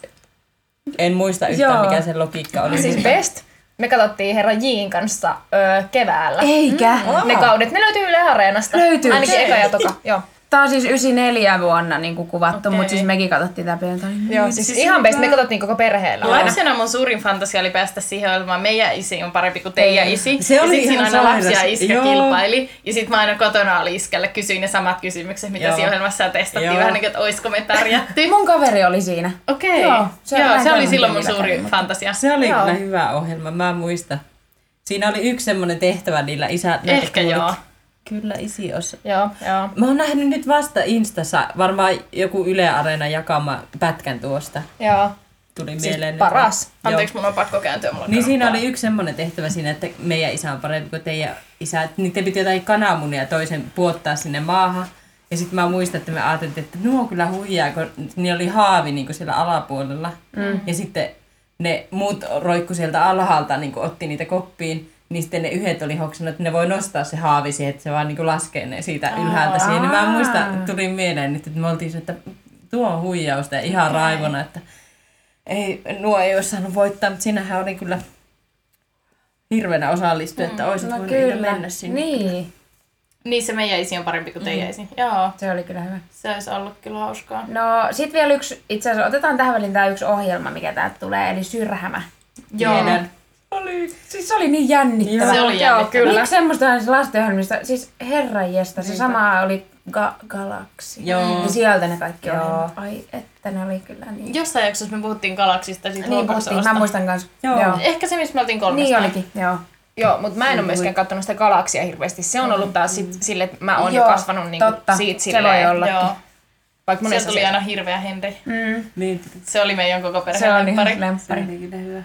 [SPEAKER 2] en muista yhtään
[SPEAKER 1] Joo.
[SPEAKER 2] mikä se logiikka oli.
[SPEAKER 1] Niin.
[SPEAKER 4] Siis best. Me katsottiin herra Jin kanssa öö, keväällä.
[SPEAKER 1] Eikä.
[SPEAKER 4] Ne kaudet, ne löytyy Yle Areenasta.
[SPEAKER 1] Löytyy.
[SPEAKER 4] Ainakin eka ja toka, joo.
[SPEAKER 1] Tämä on siis 94 vuonna niin kuin kuvattu,
[SPEAKER 3] Okei.
[SPEAKER 1] mutta siis mekin katsottiin tämä pieni. tää oli niin
[SPEAKER 4] Joo, siis, ihan best. Me katsottiin koko perheellä.
[SPEAKER 3] Lapsena mun suurin fantasia oli päästä siihen ohjelmaan. Meidän isi on parempi kuin teidän isi.
[SPEAKER 2] Se
[SPEAKER 3] ja
[SPEAKER 2] oli
[SPEAKER 3] sit siinä
[SPEAKER 2] ihan
[SPEAKER 3] aina lapsi ja
[SPEAKER 2] sairas.
[SPEAKER 3] iskä
[SPEAKER 2] Joo.
[SPEAKER 3] kilpaili. Ja sit mä aina kotona oli iskälle kysyin ne samat kysymykset, mitä
[SPEAKER 2] Joo.
[SPEAKER 3] siinä ohjelmassa testattiin.
[SPEAKER 2] Joo.
[SPEAKER 3] Vähän niin kuin, että oisko me pärjätty.
[SPEAKER 1] Mun kaveri oli siinä.
[SPEAKER 3] Okei.
[SPEAKER 1] Joo,
[SPEAKER 3] Joo,
[SPEAKER 1] se-
[SPEAKER 3] se,
[SPEAKER 1] näin
[SPEAKER 3] Joo, se oli
[SPEAKER 1] varmaan
[SPEAKER 3] silloin mun
[SPEAKER 1] kyllä
[SPEAKER 3] suuri
[SPEAKER 1] kävi.
[SPEAKER 3] fantasia.
[SPEAKER 2] Se oli
[SPEAKER 4] Joo.
[SPEAKER 2] kyllä hyvä ohjelma, mä muistan. Siinä oli yksi semmoinen tehtävä niillä isät. näitä
[SPEAKER 3] Ehkä
[SPEAKER 2] kuulit.
[SPEAKER 3] joo.
[SPEAKER 2] Kyllä isi osa.
[SPEAKER 4] Joo, joo.
[SPEAKER 2] Mä oon nähnyt nyt vasta Instassa varmaan joku Yle Areena jakama pätkän tuosta.
[SPEAKER 4] Joo.
[SPEAKER 2] Tuli
[SPEAKER 4] Siis
[SPEAKER 2] mieleen. nyt.
[SPEAKER 4] paras.
[SPEAKER 2] Joo.
[SPEAKER 3] Anteeksi, mun on pakko kääntyä. Mulla on
[SPEAKER 2] Niin siinä
[SPEAKER 3] karuttaa.
[SPEAKER 2] oli yksi semmoinen tehtävä siinä, että meidän isä on parempi kuin teidän isä. Niin te piti jotain kananmunia toisen puottaa sinne maahan. Ja sitten mä muistan, että me ajateltiin, että nuo on kyllä huijaa, kun niillä oli haavi niin siellä alapuolella. Mm. Ja sitten ne muut roikku sieltä alhaalta, niin otti niitä koppiin. Niin sitten ne yhdet oli hoksannut, että ne voi nostaa se haavi siihen, että se vaan niin laskee ne siitä ylhäältä siihen. Niin mä muistan, tuli mieleen nyt, että me oltiin se, että tuo on huijausta ja ihan raivona, että ei, nuo ei olisi saanut voittaa, mutta sinähän oli kyllä hirveänä osallistuja, että
[SPEAKER 3] Mm,
[SPEAKER 2] olisit no voinut kyllä. mennä sinne.
[SPEAKER 1] Niin,
[SPEAKER 3] Niin se meidän isi on parempi kuin teidän isi. Joo,
[SPEAKER 1] se oli kyllä hyvä.
[SPEAKER 3] se olisi ollut kyllä hauskaa.
[SPEAKER 1] No sit vielä yksi, itse asiassa otetaan tähän väliin tämä yksi ohjelma, mikä täältä tulee, eli Syrhämä.
[SPEAKER 3] Joo.
[SPEAKER 2] Tiedän.
[SPEAKER 1] Siis se oli niin jännittävä.
[SPEAKER 3] Joo. Se oli jännittävä.
[SPEAKER 1] kyllä. Miksi semmoista on se lastenohjelmista? Siis herranjesta, se sama oli ga- Galaxy.
[SPEAKER 2] Joo.
[SPEAKER 1] Ja sieltä ne kaikki on. Ai että ne oli kyllä niin.
[SPEAKER 3] Jossain jaksossa me puhuttiin galaksista siitä
[SPEAKER 1] Niin puhuttiin, mä
[SPEAKER 3] huokausosta.
[SPEAKER 1] muistan kanssa.
[SPEAKER 2] Joo.
[SPEAKER 3] Ehkä se, missä me oltiin
[SPEAKER 1] Niin
[SPEAKER 3] kolmestaan.
[SPEAKER 1] olikin, joo.
[SPEAKER 4] Joo, mutta mä en ole myöskään katsonut sitä galaksia hirveästi. Se on ollut taas sit, sille, että mä oon jo
[SPEAKER 1] Mm. Joo,
[SPEAKER 4] kasvanut niinku
[SPEAKER 1] totta.
[SPEAKER 4] siitä
[SPEAKER 1] Se voi
[SPEAKER 4] silleen.
[SPEAKER 1] olla.
[SPEAKER 3] Joo.
[SPEAKER 4] Vaikka
[SPEAKER 3] Siellä
[SPEAKER 4] monessa
[SPEAKER 3] tuli aina hirveä Henri.
[SPEAKER 1] Mm,
[SPEAKER 2] Niin,
[SPEAKER 3] Se oli meidän koko
[SPEAKER 1] se niin
[SPEAKER 3] perheen
[SPEAKER 1] on
[SPEAKER 3] lemppari.
[SPEAKER 1] ihan lemppari.
[SPEAKER 2] ainakin hyvä.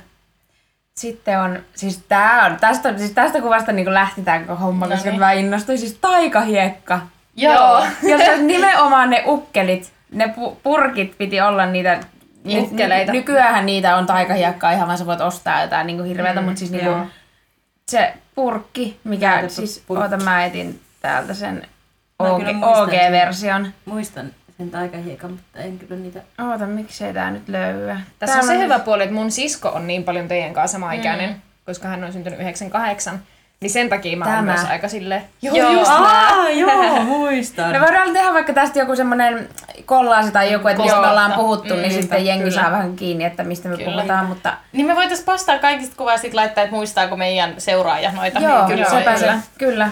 [SPEAKER 1] Sitten on, siis, tää on, tästä, siis tästä kuvasta niin lähti tämä koko homma,
[SPEAKER 3] No
[SPEAKER 1] koska
[SPEAKER 3] niin.
[SPEAKER 1] mä innostuin. Siis taikahiekka.
[SPEAKER 3] Joo.
[SPEAKER 1] Ja se on nimenomaan ne ukkelit, ne pu- purkit piti olla niitä ny-
[SPEAKER 4] Ukkeleita.
[SPEAKER 1] Ny- nykyäänhän niitä on taikahiekkaa ihan vaan sä voit ostaa jotain niin hirveätä, mm, mutta siis niin
[SPEAKER 2] joo.
[SPEAKER 1] kuin, se purkki, mikä
[SPEAKER 2] Niitä pu-
[SPEAKER 1] siis,
[SPEAKER 2] purkki.
[SPEAKER 1] oota mä etin täältä sen
[SPEAKER 2] Mä
[SPEAKER 1] OG,
[SPEAKER 2] kyllä muistan sen.
[SPEAKER 1] OG-version.
[SPEAKER 2] Muistan sen taikahiekan, mutta en kyllä niitä...
[SPEAKER 1] Oota, miksei tää nyt löyä.
[SPEAKER 4] Tässä on se hyvä puoli, että mun sisko on niin paljon teidän kanssa samaikäinen, mm. koska hän on syntynyt 98. Niin sen takia mä oon
[SPEAKER 1] Tämä.
[SPEAKER 4] myös aika silleen, joo,
[SPEAKER 3] Joo. No,
[SPEAKER 4] joo. just nää.
[SPEAKER 2] Ah, joo, <laughs> muistan.
[SPEAKER 1] Me voidaan tehdä vaikka tästä joku semmoinen kollaasi tai joku, että mistä me
[SPEAKER 3] Kollaata.
[SPEAKER 1] ollaan puhuttu, mm, niin
[SPEAKER 2] niinpä,
[SPEAKER 1] sitten jengi
[SPEAKER 2] kyllä.
[SPEAKER 1] saa vähän kiinni, että mistä me
[SPEAKER 3] Kyllä.
[SPEAKER 1] puhutaan, mutta
[SPEAKER 3] Niin me voitais postaa kaikista kuvaa ja sit laittaa, että muistaako meidän seuraaja noita.
[SPEAKER 1] Joo,
[SPEAKER 3] Niin
[SPEAKER 1] kyllä,
[SPEAKER 3] kyllä,
[SPEAKER 1] sepä
[SPEAKER 3] joo.
[SPEAKER 1] kyllä. Se, kyllä.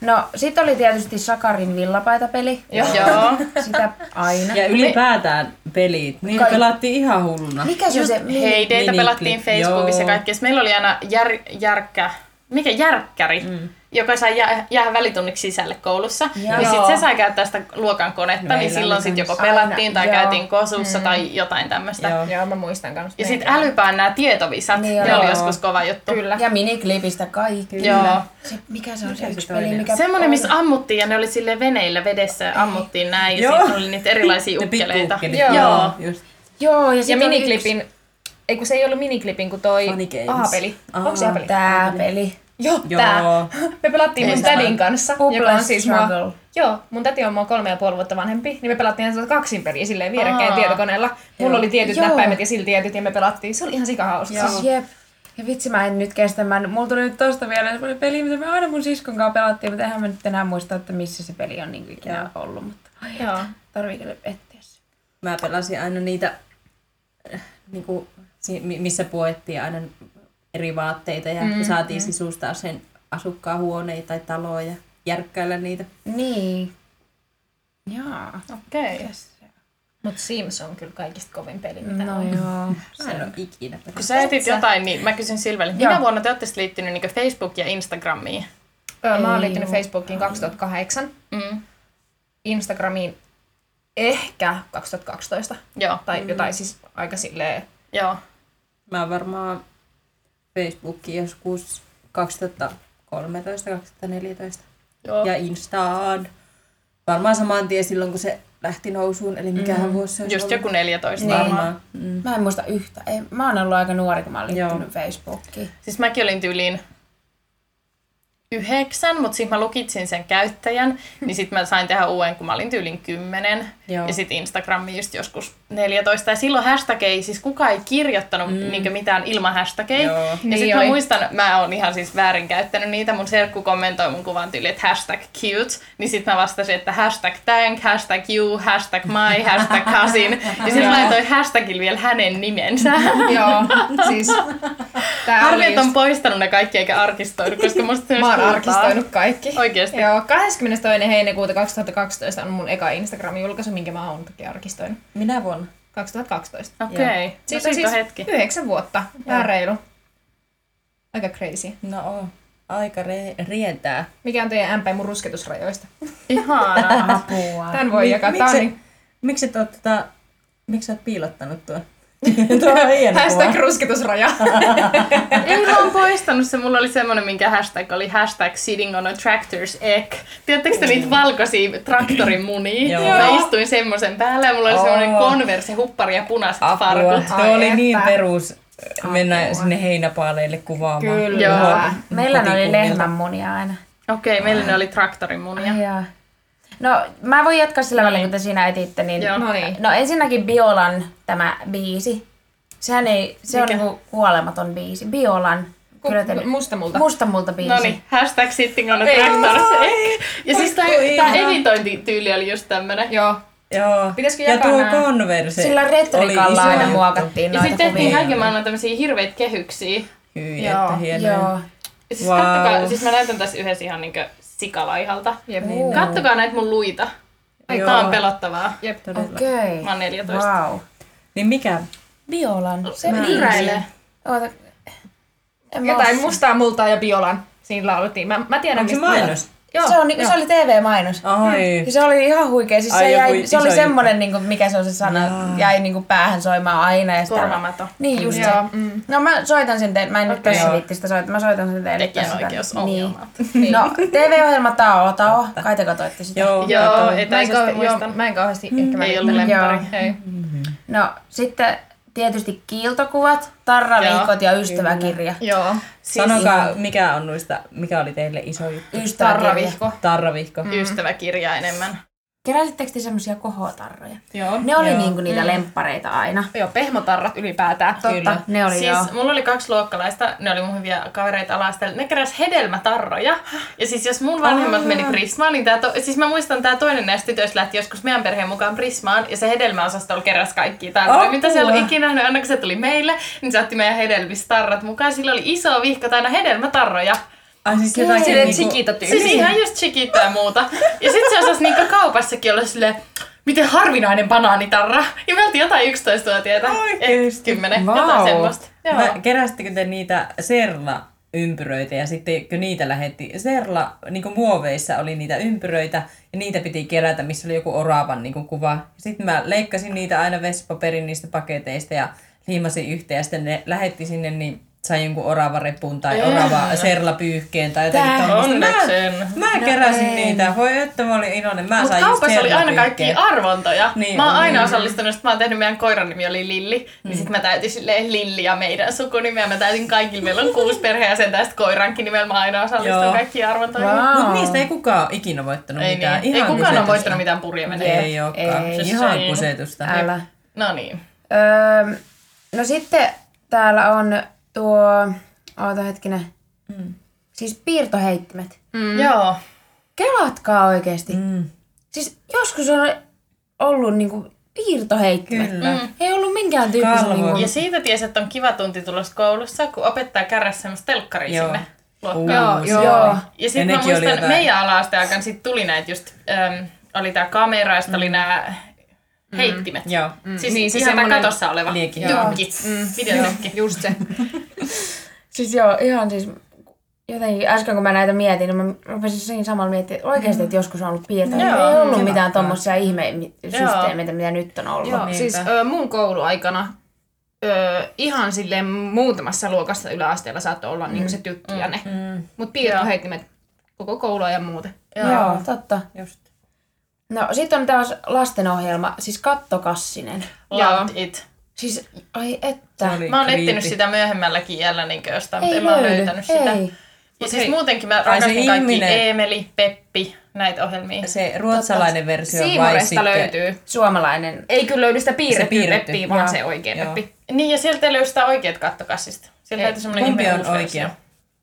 [SPEAKER 1] No, sit oli tietysti Sakarin villapaitapeli.
[SPEAKER 3] Joo. Joo.
[SPEAKER 1] Sitä aina.
[SPEAKER 2] Ja ylipäätään pelit, niin
[SPEAKER 1] Kaik-
[SPEAKER 2] pelattiin ihan hulluna.
[SPEAKER 3] Niin,
[SPEAKER 1] Mikä se on se?
[SPEAKER 3] Hei, teitä
[SPEAKER 2] Miniklip,
[SPEAKER 3] pelattiin Facebookissa
[SPEAKER 2] joo.
[SPEAKER 3] ja kaikkea. Meillä oli aina jär, järkkä, mikä järkkäri, joka sai jää, jäädä välitunniksi sisälle koulussa.
[SPEAKER 1] Joo.
[SPEAKER 3] Ja, sitten se sai käyttää sitä luokan konetta,
[SPEAKER 2] Meillä
[SPEAKER 3] niin
[SPEAKER 2] oli
[SPEAKER 3] silloin sitten
[SPEAKER 2] kans.
[SPEAKER 3] joko pelattiin
[SPEAKER 1] Aina,
[SPEAKER 3] tai
[SPEAKER 1] joo.
[SPEAKER 3] käytiin kosussa tai jotain tämmöistä.
[SPEAKER 2] Joo.
[SPEAKER 4] Joo, mä muistan kanssa.
[SPEAKER 3] Ja sitten älypään nämä tietovisat,
[SPEAKER 1] Niin
[SPEAKER 3] ne
[SPEAKER 1] joo.
[SPEAKER 3] oli joskus kova juttu.
[SPEAKER 4] Kyllä.
[SPEAKER 1] Ja miniklipistä kaikki.
[SPEAKER 3] Joo.
[SPEAKER 1] Se, mikä se on se
[SPEAKER 2] Mikä se
[SPEAKER 1] yksi
[SPEAKER 2] toinen
[SPEAKER 1] peli?
[SPEAKER 2] on?
[SPEAKER 1] Mikä
[SPEAKER 3] Semmoinen,
[SPEAKER 1] on?
[SPEAKER 3] missä ammuttiin ja ne oli Niin. sille veneillä vedessä ja ammuttiin näin ja
[SPEAKER 2] Joo.
[SPEAKER 3] siinä oli niitä erilaisia
[SPEAKER 2] Ne
[SPEAKER 3] ukkeleita.
[SPEAKER 2] pikkuukkelit,
[SPEAKER 4] Joo.
[SPEAKER 2] Joo. Just.
[SPEAKER 1] Joo, ja,
[SPEAKER 4] Ja
[SPEAKER 1] sit oli
[SPEAKER 4] miniklipin, ei kun se ei ollut miniklipin, kun toi
[SPEAKER 2] Funny Games.
[SPEAKER 4] A-peli. Onko se
[SPEAKER 2] Aa.
[SPEAKER 4] A-peli?
[SPEAKER 1] yksi- Tää peli.
[SPEAKER 4] Joo,
[SPEAKER 2] Joo.
[SPEAKER 4] tää. <laughs> Me pelattiin mun
[SPEAKER 3] Muistan.
[SPEAKER 4] tädin kanssa,
[SPEAKER 1] Bubble
[SPEAKER 4] joka on siis mua,
[SPEAKER 1] Struggle.
[SPEAKER 4] Joo, mun täti on mua kolme ja puoli vuotta vanhempi, niin me pelattiin aina sellaista kaksin peliä silleen vierekkäin
[SPEAKER 3] Aa.
[SPEAKER 4] tietokoneella. Mulla oli tietyt
[SPEAKER 1] Joo.
[SPEAKER 4] näppäimet ja sillä tietyt, ja me pelattiin. Se oli ihan sikahauska.
[SPEAKER 1] Siis jep. Ja vitsi, mä en nyt kestä. Mä, en- mulla tuli nyt tosta vielä semmoinen peli, mitä me aina mun siskon kanssa pelattiin, mutta eihän mä nyt enää muista, että missä se peli on niin ikinä ollut, mutta
[SPEAKER 4] Joo.
[SPEAKER 1] tarvii kyllä etsiä se.
[SPEAKER 2] Mä pelasin aina niitä, äh, niinku, si- mi- missä puettiin aina eri vaatteita ja mm, saatiin mm. sisustaa sen asukkaan huoneita tai taloja ja järkkäillä niitä.
[SPEAKER 1] Niin. Jaa.
[SPEAKER 3] Okei. Okay.
[SPEAKER 4] Mut Sims on kyllä kaikista kovin peli, mitä
[SPEAKER 1] No
[SPEAKER 4] on.
[SPEAKER 1] joo.
[SPEAKER 2] Mä en ole ikinä pelannut.
[SPEAKER 3] Kun sä etit jotain, niin mä kysyn Silvelle, että
[SPEAKER 1] Joo.
[SPEAKER 3] minä vuonna te olette sit liittynyt niin Facebook- ja Instagramiin?
[SPEAKER 4] Öö, mä
[SPEAKER 1] Ei
[SPEAKER 4] oon liittynyt
[SPEAKER 1] oo.
[SPEAKER 4] Facebookiin 2008,
[SPEAKER 3] Mm.
[SPEAKER 4] Instagramiin ehkä 2012
[SPEAKER 3] Joo,
[SPEAKER 4] tai
[SPEAKER 1] Mm.
[SPEAKER 4] jotain siis aika silleen...
[SPEAKER 3] joo.
[SPEAKER 2] Mä oon varmaan Facebookiin joskus 2013-2014.
[SPEAKER 3] joo.
[SPEAKER 2] Ja Instaan. Varmaan saman tien silloin, kun se lähti nousuun, eli mikähän mm. vuosi se olisi
[SPEAKER 3] Just
[SPEAKER 2] ollut.
[SPEAKER 3] joku 14
[SPEAKER 1] Niin.
[SPEAKER 3] niin.
[SPEAKER 2] Varmaan. Mm.
[SPEAKER 1] Mä en muista yhtä. Ei, mä oon ollut aika nuori, kun mä oon
[SPEAKER 2] Joo.
[SPEAKER 1] liittynyt Facebookiin.
[SPEAKER 3] Siis mäkin olin tyyliin yhdeksän, mutta sitten mä lukitsin sen käyttäjän, niin sitten mä sain tehdä uuden, kun mä olin tyylin kymmenen.
[SPEAKER 2] Joo.
[SPEAKER 3] Ja sitten Instagrami just joskus 14. Ja silloin hashtageja, siis kukaan ei kirjoittanut mm. niinkö mitään ilman hashtageja.
[SPEAKER 2] Joo.
[SPEAKER 3] Ja
[SPEAKER 4] Niin
[SPEAKER 3] sitten mä
[SPEAKER 4] oli.
[SPEAKER 3] muistan, mä oon ihan siis väärin käyttänyt niitä. Mun serkku kommentoi mun kuvan tyyli, että hashtag cute. Niin sitten mä vastasin, että hashtag thank, hashtag you, hashtag my, hashtag cousin. Ja sitten mä laitoin hashtagilla vielä hänen nimensä.
[SPEAKER 4] <laughs> Joo, siis... Tää
[SPEAKER 3] Harvi,
[SPEAKER 4] oli
[SPEAKER 3] että
[SPEAKER 4] just...
[SPEAKER 3] on poistanut ne kaikki eikä arkistoinut, koska musta se
[SPEAKER 4] Mä oon
[SPEAKER 3] olisi
[SPEAKER 4] arkistoinut kaikki.
[SPEAKER 3] Oikeesti?
[SPEAKER 4] Joo, 22. heinäkuuta 2012 on mun eka Instagramin julkaisu, minkä mä oon toki arkistoinut.
[SPEAKER 2] Minä vuonna?
[SPEAKER 4] 2012.
[SPEAKER 3] Okei, okay. no, siitä on
[SPEAKER 4] siis
[SPEAKER 3] hetki.
[SPEAKER 4] yhdeksän vuotta. Vähän reilu. Aika crazy.
[SPEAKER 2] No on. Aika re- rientää.
[SPEAKER 4] Mikä on teidän MP mun rusketusrajoista?
[SPEAKER 3] Ihanaa.
[SPEAKER 4] <laughs>
[SPEAKER 1] Apua.
[SPEAKER 3] Ah.
[SPEAKER 4] Tän voi jakaa. Tää on
[SPEAKER 2] miksi,
[SPEAKER 4] niin
[SPEAKER 2] miksi, et oot, tota, miksi sä oot piilottanut tuon? <laughs> Tuo on hieno
[SPEAKER 4] hashtag
[SPEAKER 2] kuva.
[SPEAKER 3] <laughs>
[SPEAKER 4] rusketusraja.
[SPEAKER 3] Ei mä oon poistanut se, mulla oli semmonen, minkä hashtag oli hashtag sitting on a tractor's egg. Tiedättekö te
[SPEAKER 4] Mm.
[SPEAKER 3] niitä valkoisia traktorin munia?
[SPEAKER 2] Joo.
[SPEAKER 3] Mä istuin semmoisen päällä ja mulla oli
[SPEAKER 4] Oh.
[SPEAKER 3] semmonen
[SPEAKER 2] Oo.
[SPEAKER 3] konversi, huppari ja punaiset
[SPEAKER 2] Apua.
[SPEAKER 3] farkut.
[SPEAKER 2] Tuo
[SPEAKER 4] Ai
[SPEAKER 2] oli
[SPEAKER 4] että.
[SPEAKER 2] niin perus. Mennään sinne heinäpaaleille kuvaamaan.
[SPEAKER 4] Kyllä.
[SPEAKER 3] Joo.
[SPEAKER 1] Meillä ne oli
[SPEAKER 2] Kotikunnilta.
[SPEAKER 1] lehmän munia aina.
[SPEAKER 3] Okei, okay, meillä ne oli traktorin munia.
[SPEAKER 4] Mm.
[SPEAKER 1] Jaa. No, mä voin jatkaa sillä välin, kun te siinä etitte. Niin...
[SPEAKER 3] Joo.
[SPEAKER 4] no niin.
[SPEAKER 1] No ensinnäkin Biolan tämä biisi. Sehän ei, se on niinku kuolematon biisi. Biolan.
[SPEAKER 4] Ku-
[SPEAKER 1] Kyllä te...
[SPEAKER 4] Musta multa.
[SPEAKER 1] Musta multa biisi.
[SPEAKER 3] No niin, hashtag sitting on a
[SPEAKER 4] Ei.
[SPEAKER 3] tractor's egg. Ja siis tää,
[SPEAKER 2] Oi,
[SPEAKER 3] tää
[SPEAKER 2] ihana.
[SPEAKER 3] editointityyli oli just tämmönen.
[SPEAKER 4] Joo.
[SPEAKER 2] Joo.
[SPEAKER 4] Pitäisikö
[SPEAKER 2] ja
[SPEAKER 4] jakaa
[SPEAKER 2] tuo
[SPEAKER 4] nää?
[SPEAKER 2] konverse
[SPEAKER 1] Sillä retorikalla
[SPEAKER 2] oli iso
[SPEAKER 1] aina
[SPEAKER 2] juttu.
[SPEAKER 1] muokattiin
[SPEAKER 3] Ja
[SPEAKER 1] noita
[SPEAKER 3] sitten tehtiin
[SPEAKER 1] kuvia.
[SPEAKER 3] kaiken maailman tämmöisiä hirveitä kehyksiä.
[SPEAKER 2] Hyi,
[SPEAKER 4] Joo,
[SPEAKER 2] että hienoja.
[SPEAKER 1] Joo.
[SPEAKER 3] Ja Siis, wow.
[SPEAKER 2] Wow.
[SPEAKER 3] kattokaa, siis mä näytän tässä yhdessä ihan niinkö sikalaihalta.
[SPEAKER 4] Jep.
[SPEAKER 1] Niin.
[SPEAKER 3] Kattokaa näitä mun luita. Ai,
[SPEAKER 2] Joo.
[SPEAKER 3] tää on pelottavaa.
[SPEAKER 4] Jep.
[SPEAKER 2] Todella.
[SPEAKER 1] Okei.
[SPEAKER 3] Mä oon 14.
[SPEAKER 1] Wow.
[SPEAKER 2] Niin mikä?
[SPEAKER 1] Biolan. Se
[SPEAKER 3] Mä
[SPEAKER 1] biisi.
[SPEAKER 3] viräilen.
[SPEAKER 1] Oota. En mä oo
[SPEAKER 4] Jotain mustaa multaa ja biolan. Siinä laulettiin. Mä, mä tiedän,
[SPEAKER 2] Onko se
[SPEAKER 4] mistä mä-
[SPEAKER 2] mainos?
[SPEAKER 1] Joo, se, on, niinku, se oli TV-mainos.
[SPEAKER 2] Ai.
[SPEAKER 1] Ja se oli ihan huikea. Siis
[SPEAKER 2] Ai
[SPEAKER 1] se,
[SPEAKER 2] joku
[SPEAKER 1] jäi, se
[SPEAKER 2] iso
[SPEAKER 1] oli
[SPEAKER 2] juttu.
[SPEAKER 1] semmoinen, niinku, mikä se on se sana, jäi niinku päähän soimaan aina. Ja sitä-
[SPEAKER 3] Korvaamaton.
[SPEAKER 1] Niin, just se.
[SPEAKER 4] Joo, mm.
[SPEAKER 1] No mä soitan sen teille. Mä en okay. nyt
[SPEAKER 3] Okei.
[SPEAKER 1] tässä viitti sitä soittaa. Mä soitan sen teille. nyt tässä.
[SPEAKER 3] Tekijänoikeusongelmat.
[SPEAKER 1] Niin. No, TV-ohjelma Tao Tao. Kai te katsoitte sitä.
[SPEAKER 2] Joo.
[SPEAKER 3] Joo,
[SPEAKER 2] kato.
[SPEAKER 3] ei
[SPEAKER 4] Mä en,
[SPEAKER 3] täysin
[SPEAKER 4] kau- joo,
[SPEAKER 3] muistan.
[SPEAKER 4] mä en kauheasti ehkä mä
[SPEAKER 3] Ei ollut
[SPEAKER 1] lemppari.
[SPEAKER 4] Ei.
[SPEAKER 1] No, sitten tietysti kiiltokuvat, tarraviikot ja ystäväkirja.
[SPEAKER 4] Joo.
[SPEAKER 2] siis Sanokaa, mikä on noista, mikä oli teille iso juttu?
[SPEAKER 1] Ystäväkirja.
[SPEAKER 4] Tarravihko.
[SPEAKER 2] Tarravihko.
[SPEAKER 3] Ystäväkirja enemmän.
[SPEAKER 1] Keräsittekö te semmoisia kohotarroja?
[SPEAKER 4] Joo.
[SPEAKER 1] Ne oli niinku niitä mm. lemppareita aina.
[SPEAKER 4] Joo, pehmotarrat ylipäätään.
[SPEAKER 1] Totta,
[SPEAKER 2] Kyllä.
[SPEAKER 1] ne oli
[SPEAKER 3] siis
[SPEAKER 1] joo.
[SPEAKER 3] mulla oli kaksi luokkalaista, ne oli mun hyviä kavereita alasteella. Ne keräs hedelmätarroja. Ja siis jos mun vanhemmat meni Prismaan, niin tää to, siis mä muistan tää toinen näistä tytöistä lähti joskus meidän perheen mukaan Prismaan. Ja se hedelmäosastolla keräs kaikki tarroja.
[SPEAKER 2] Apua.
[SPEAKER 3] Mitä siellä oli ikinä nähnyt, aina kun se tuli meille, niin se otti meidän hedelmistä tarrat mukaan. Sillä oli iso vihko täynnä hedelmätarroja.
[SPEAKER 2] Ai siis jotakin
[SPEAKER 4] Silleen
[SPEAKER 2] niinku-
[SPEAKER 4] chiquita
[SPEAKER 3] Siis ihan just chiquita ja muuta. Ja sit se osasi niinku kaupassakin olla silleen, miten harvinainen banaanitarra. Ja me oltiin jotain 11-vuotiaita.
[SPEAKER 2] Oikeesti?
[SPEAKER 3] 10,
[SPEAKER 1] Vau.
[SPEAKER 3] jotain semmoista. Joo.
[SPEAKER 2] Mä, keräsittekö te niitä serla ympyröitä ja sitten kun niitä lähetti, serla niin muoveissa oli niitä ympyröitä ja niitä piti kerätä, missä oli joku oravan niin kuva. Sitten mä leikkasin niitä aina vesipaperin niistä paketeista ja liimasin yhteen ja sitten ne lähetti sinne niin sai jonkun orava repun tai orava serla pyyhkeen tai jotain
[SPEAKER 1] Tää
[SPEAKER 2] tommosta.
[SPEAKER 3] Onneksen.
[SPEAKER 2] Mä, mä keräsin niitä. Voi että mä olin iloinen. Mä
[SPEAKER 3] Mutta
[SPEAKER 2] sain just
[SPEAKER 3] kaupassa oli aina kaikki
[SPEAKER 2] serlapyyhkeen.
[SPEAKER 3] arvontoja.
[SPEAKER 2] Niin,
[SPEAKER 3] mä oon
[SPEAKER 2] on, Mm.
[SPEAKER 3] aina
[SPEAKER 2] niin.
[SPEAKER 3] osallistunut, sit mä oon tehnyt meidän koiran nimi oli Lilli. Niin sit mä täytin silleen Lilli ja meidän sukunimeä. Mä täytin kaikilla, meillä on kuusi perheenjäsentä ja sit koirankin nimellä mä aina osallistun
[SPEAKER 2] Joo.
[SPEAKER 3] kaikkiin arvontoihin.
[SPEAKER 2] Mut niistä ei kukaan ole ikinä voittanut
[SPEAKER 3] Ei,
[SPEAKER 2] mitään.
[SPEAKER 3] niin. ei
[SPEAKER 2] Ihan
[SPEAKER 3] kukaan ole
[SPEAKER 2] kusetusta.
[SPEAKER 3] voittanut mitään purje menee.
[SPEAKER 2] Ei olekaan.
[SPEAKER 1] Ei.
[SPEAKER 2] Ihan
[SPEAKER 3] Ei.
[SPEAKER 2] kusetusta.
[SPEAKER 1] Älä.
[SPEAKER 3] No niin.
[SPEAKER 1] Öö, no sitten täällä on tuo, oota hetkinen, mm. siis piirtoheittimet.
[SPEAKER 3] Mm. Joo.
[SPEAKER 1] Kelatkaa oikeasti. Mm. Siis joskus on ollut niinku piirtoheittimet.
[SPEAKER 2] Kyllä.
[SPEAKER 1] Mm. Ei ollut minkään tyyppisen
[SPEAKER 2] Kalvo.
[SPEAKER 1] niinku...
[SPEAKER 3] Ja siitä tiesi, että on kiva tunti tulossa koulussa, kun opettaa kärräs semmoista telkkaria
[SPEAKER 2] Joo.
[SPEAKER 3] sinne luokkaan.
[SPEAKER 2] Joo,
[SPEAKER 1] joo.
[SPEAKER 2] joo.
[SPEAKER 3] Ja sitten mä muistan, että meidän ala-asteen aikana sit tuli näitä just, äm, oli tää kamera ja sit
[SPEAKER 2] Mm.
[SPEAKER 3] oli nää heittimet.
[SPEAKER 2] Joo.
[SPEAKER 3] Mm. Siis
[SPEAKER 4] Niin,
[SPEAKER 3] niin,
[SPEAKER 4] se
[SPEAKER 3] ihan tää
[SPEAKER 4] semmonen-
[SPEAKER 3] katossa oleva
[SPEAKER 2] Liekin.
[SPEAKER 3] tukki, mm. videotukki.
[SPEAKER 4] Just se.
[SPEAKER 1] Siis joo, ihan siis jotenkin äsken kun mä näitä mietin, niin mä rupesin siinä samalla miettimään, että oikeasti, että joskus on ollut piirtänyt.
[SPEAKER 3] Joo,
[SPEAKER 1] ei ollut
[SPEAKER 2] kyllä.
[SPEAKER 1] mitään tommosia ihmesysteemeitä, mitä nyt on ollut.
[SPEAKER 4] Joo, siis ö, mun kouluaikana ö, ihan silleen muutamassa luokassa yläasteella saattoi olla niinku se tyttö ja ne. Mm. Mut piirtoheittimet koko koulua ja muuten.
[SPEAKER 1] Joo, joo totta.
[SPEAKER 2] Just.
[SPEAKER 1] No sitten on taas lastenohjelma, siis Kattokassinen.
[SPEAKER 3] Loved it.
[SPEAKER 1] Siis, ai että.
[SPEAKER 2] oli
[SPEAKER 3] Mä oon
[SPEAKER 2] creepy.
[SPEAKER 3] etsinyt sitä myöhemmälläkin iällä niin jostain, mutta en mä oon löytänyt sitä.
[SPEAKER 1] Ei.
[SPEAKER 3] Ja
[SPEAKER 4] hei.
[SPEAKER 3] siis muutenkin mä
[SPEAKER 2] Ai se
[SPEAKER 3] rakastin kaikki
[SPEAKER 2] ihminen.
[SPEAKER 3] Eemeli, Peppi, näitä ohjelmia.
[SPEAKER 2] Se ruotsalainen versio vai
[SPEAKER 4] Siimoresta
[SPEAKER 2] sitten...
[SPEAKER 4] löytyy.
[SPEAKER 1] Suomalainen.
[SPEAKER 4] Ei kyllä löydy sitä piirrettyä
[SPEAKER 2] piirretty,
[SPEAKER 4] peppiä, vaan
[SPEAKER 2] joo.
[SPEAKER 4] se oikea
[SPEAKER 2] Joo.
[SPEAKER 4] peppi.
[SPEAKER 3] Niin, ja sieltä ei löydy sitä oikeat kattokassista. Sieltä
[SPEAKER 4] Ei.
[SPEAKER 3] löytyy semmoinen
[SPEAKER 2] Kumpi
[SPEAKER 3] ihme
[SPEAKER 2] on
[SPEAKER 3] uusi versio.
[SPEAKER 2] oikea?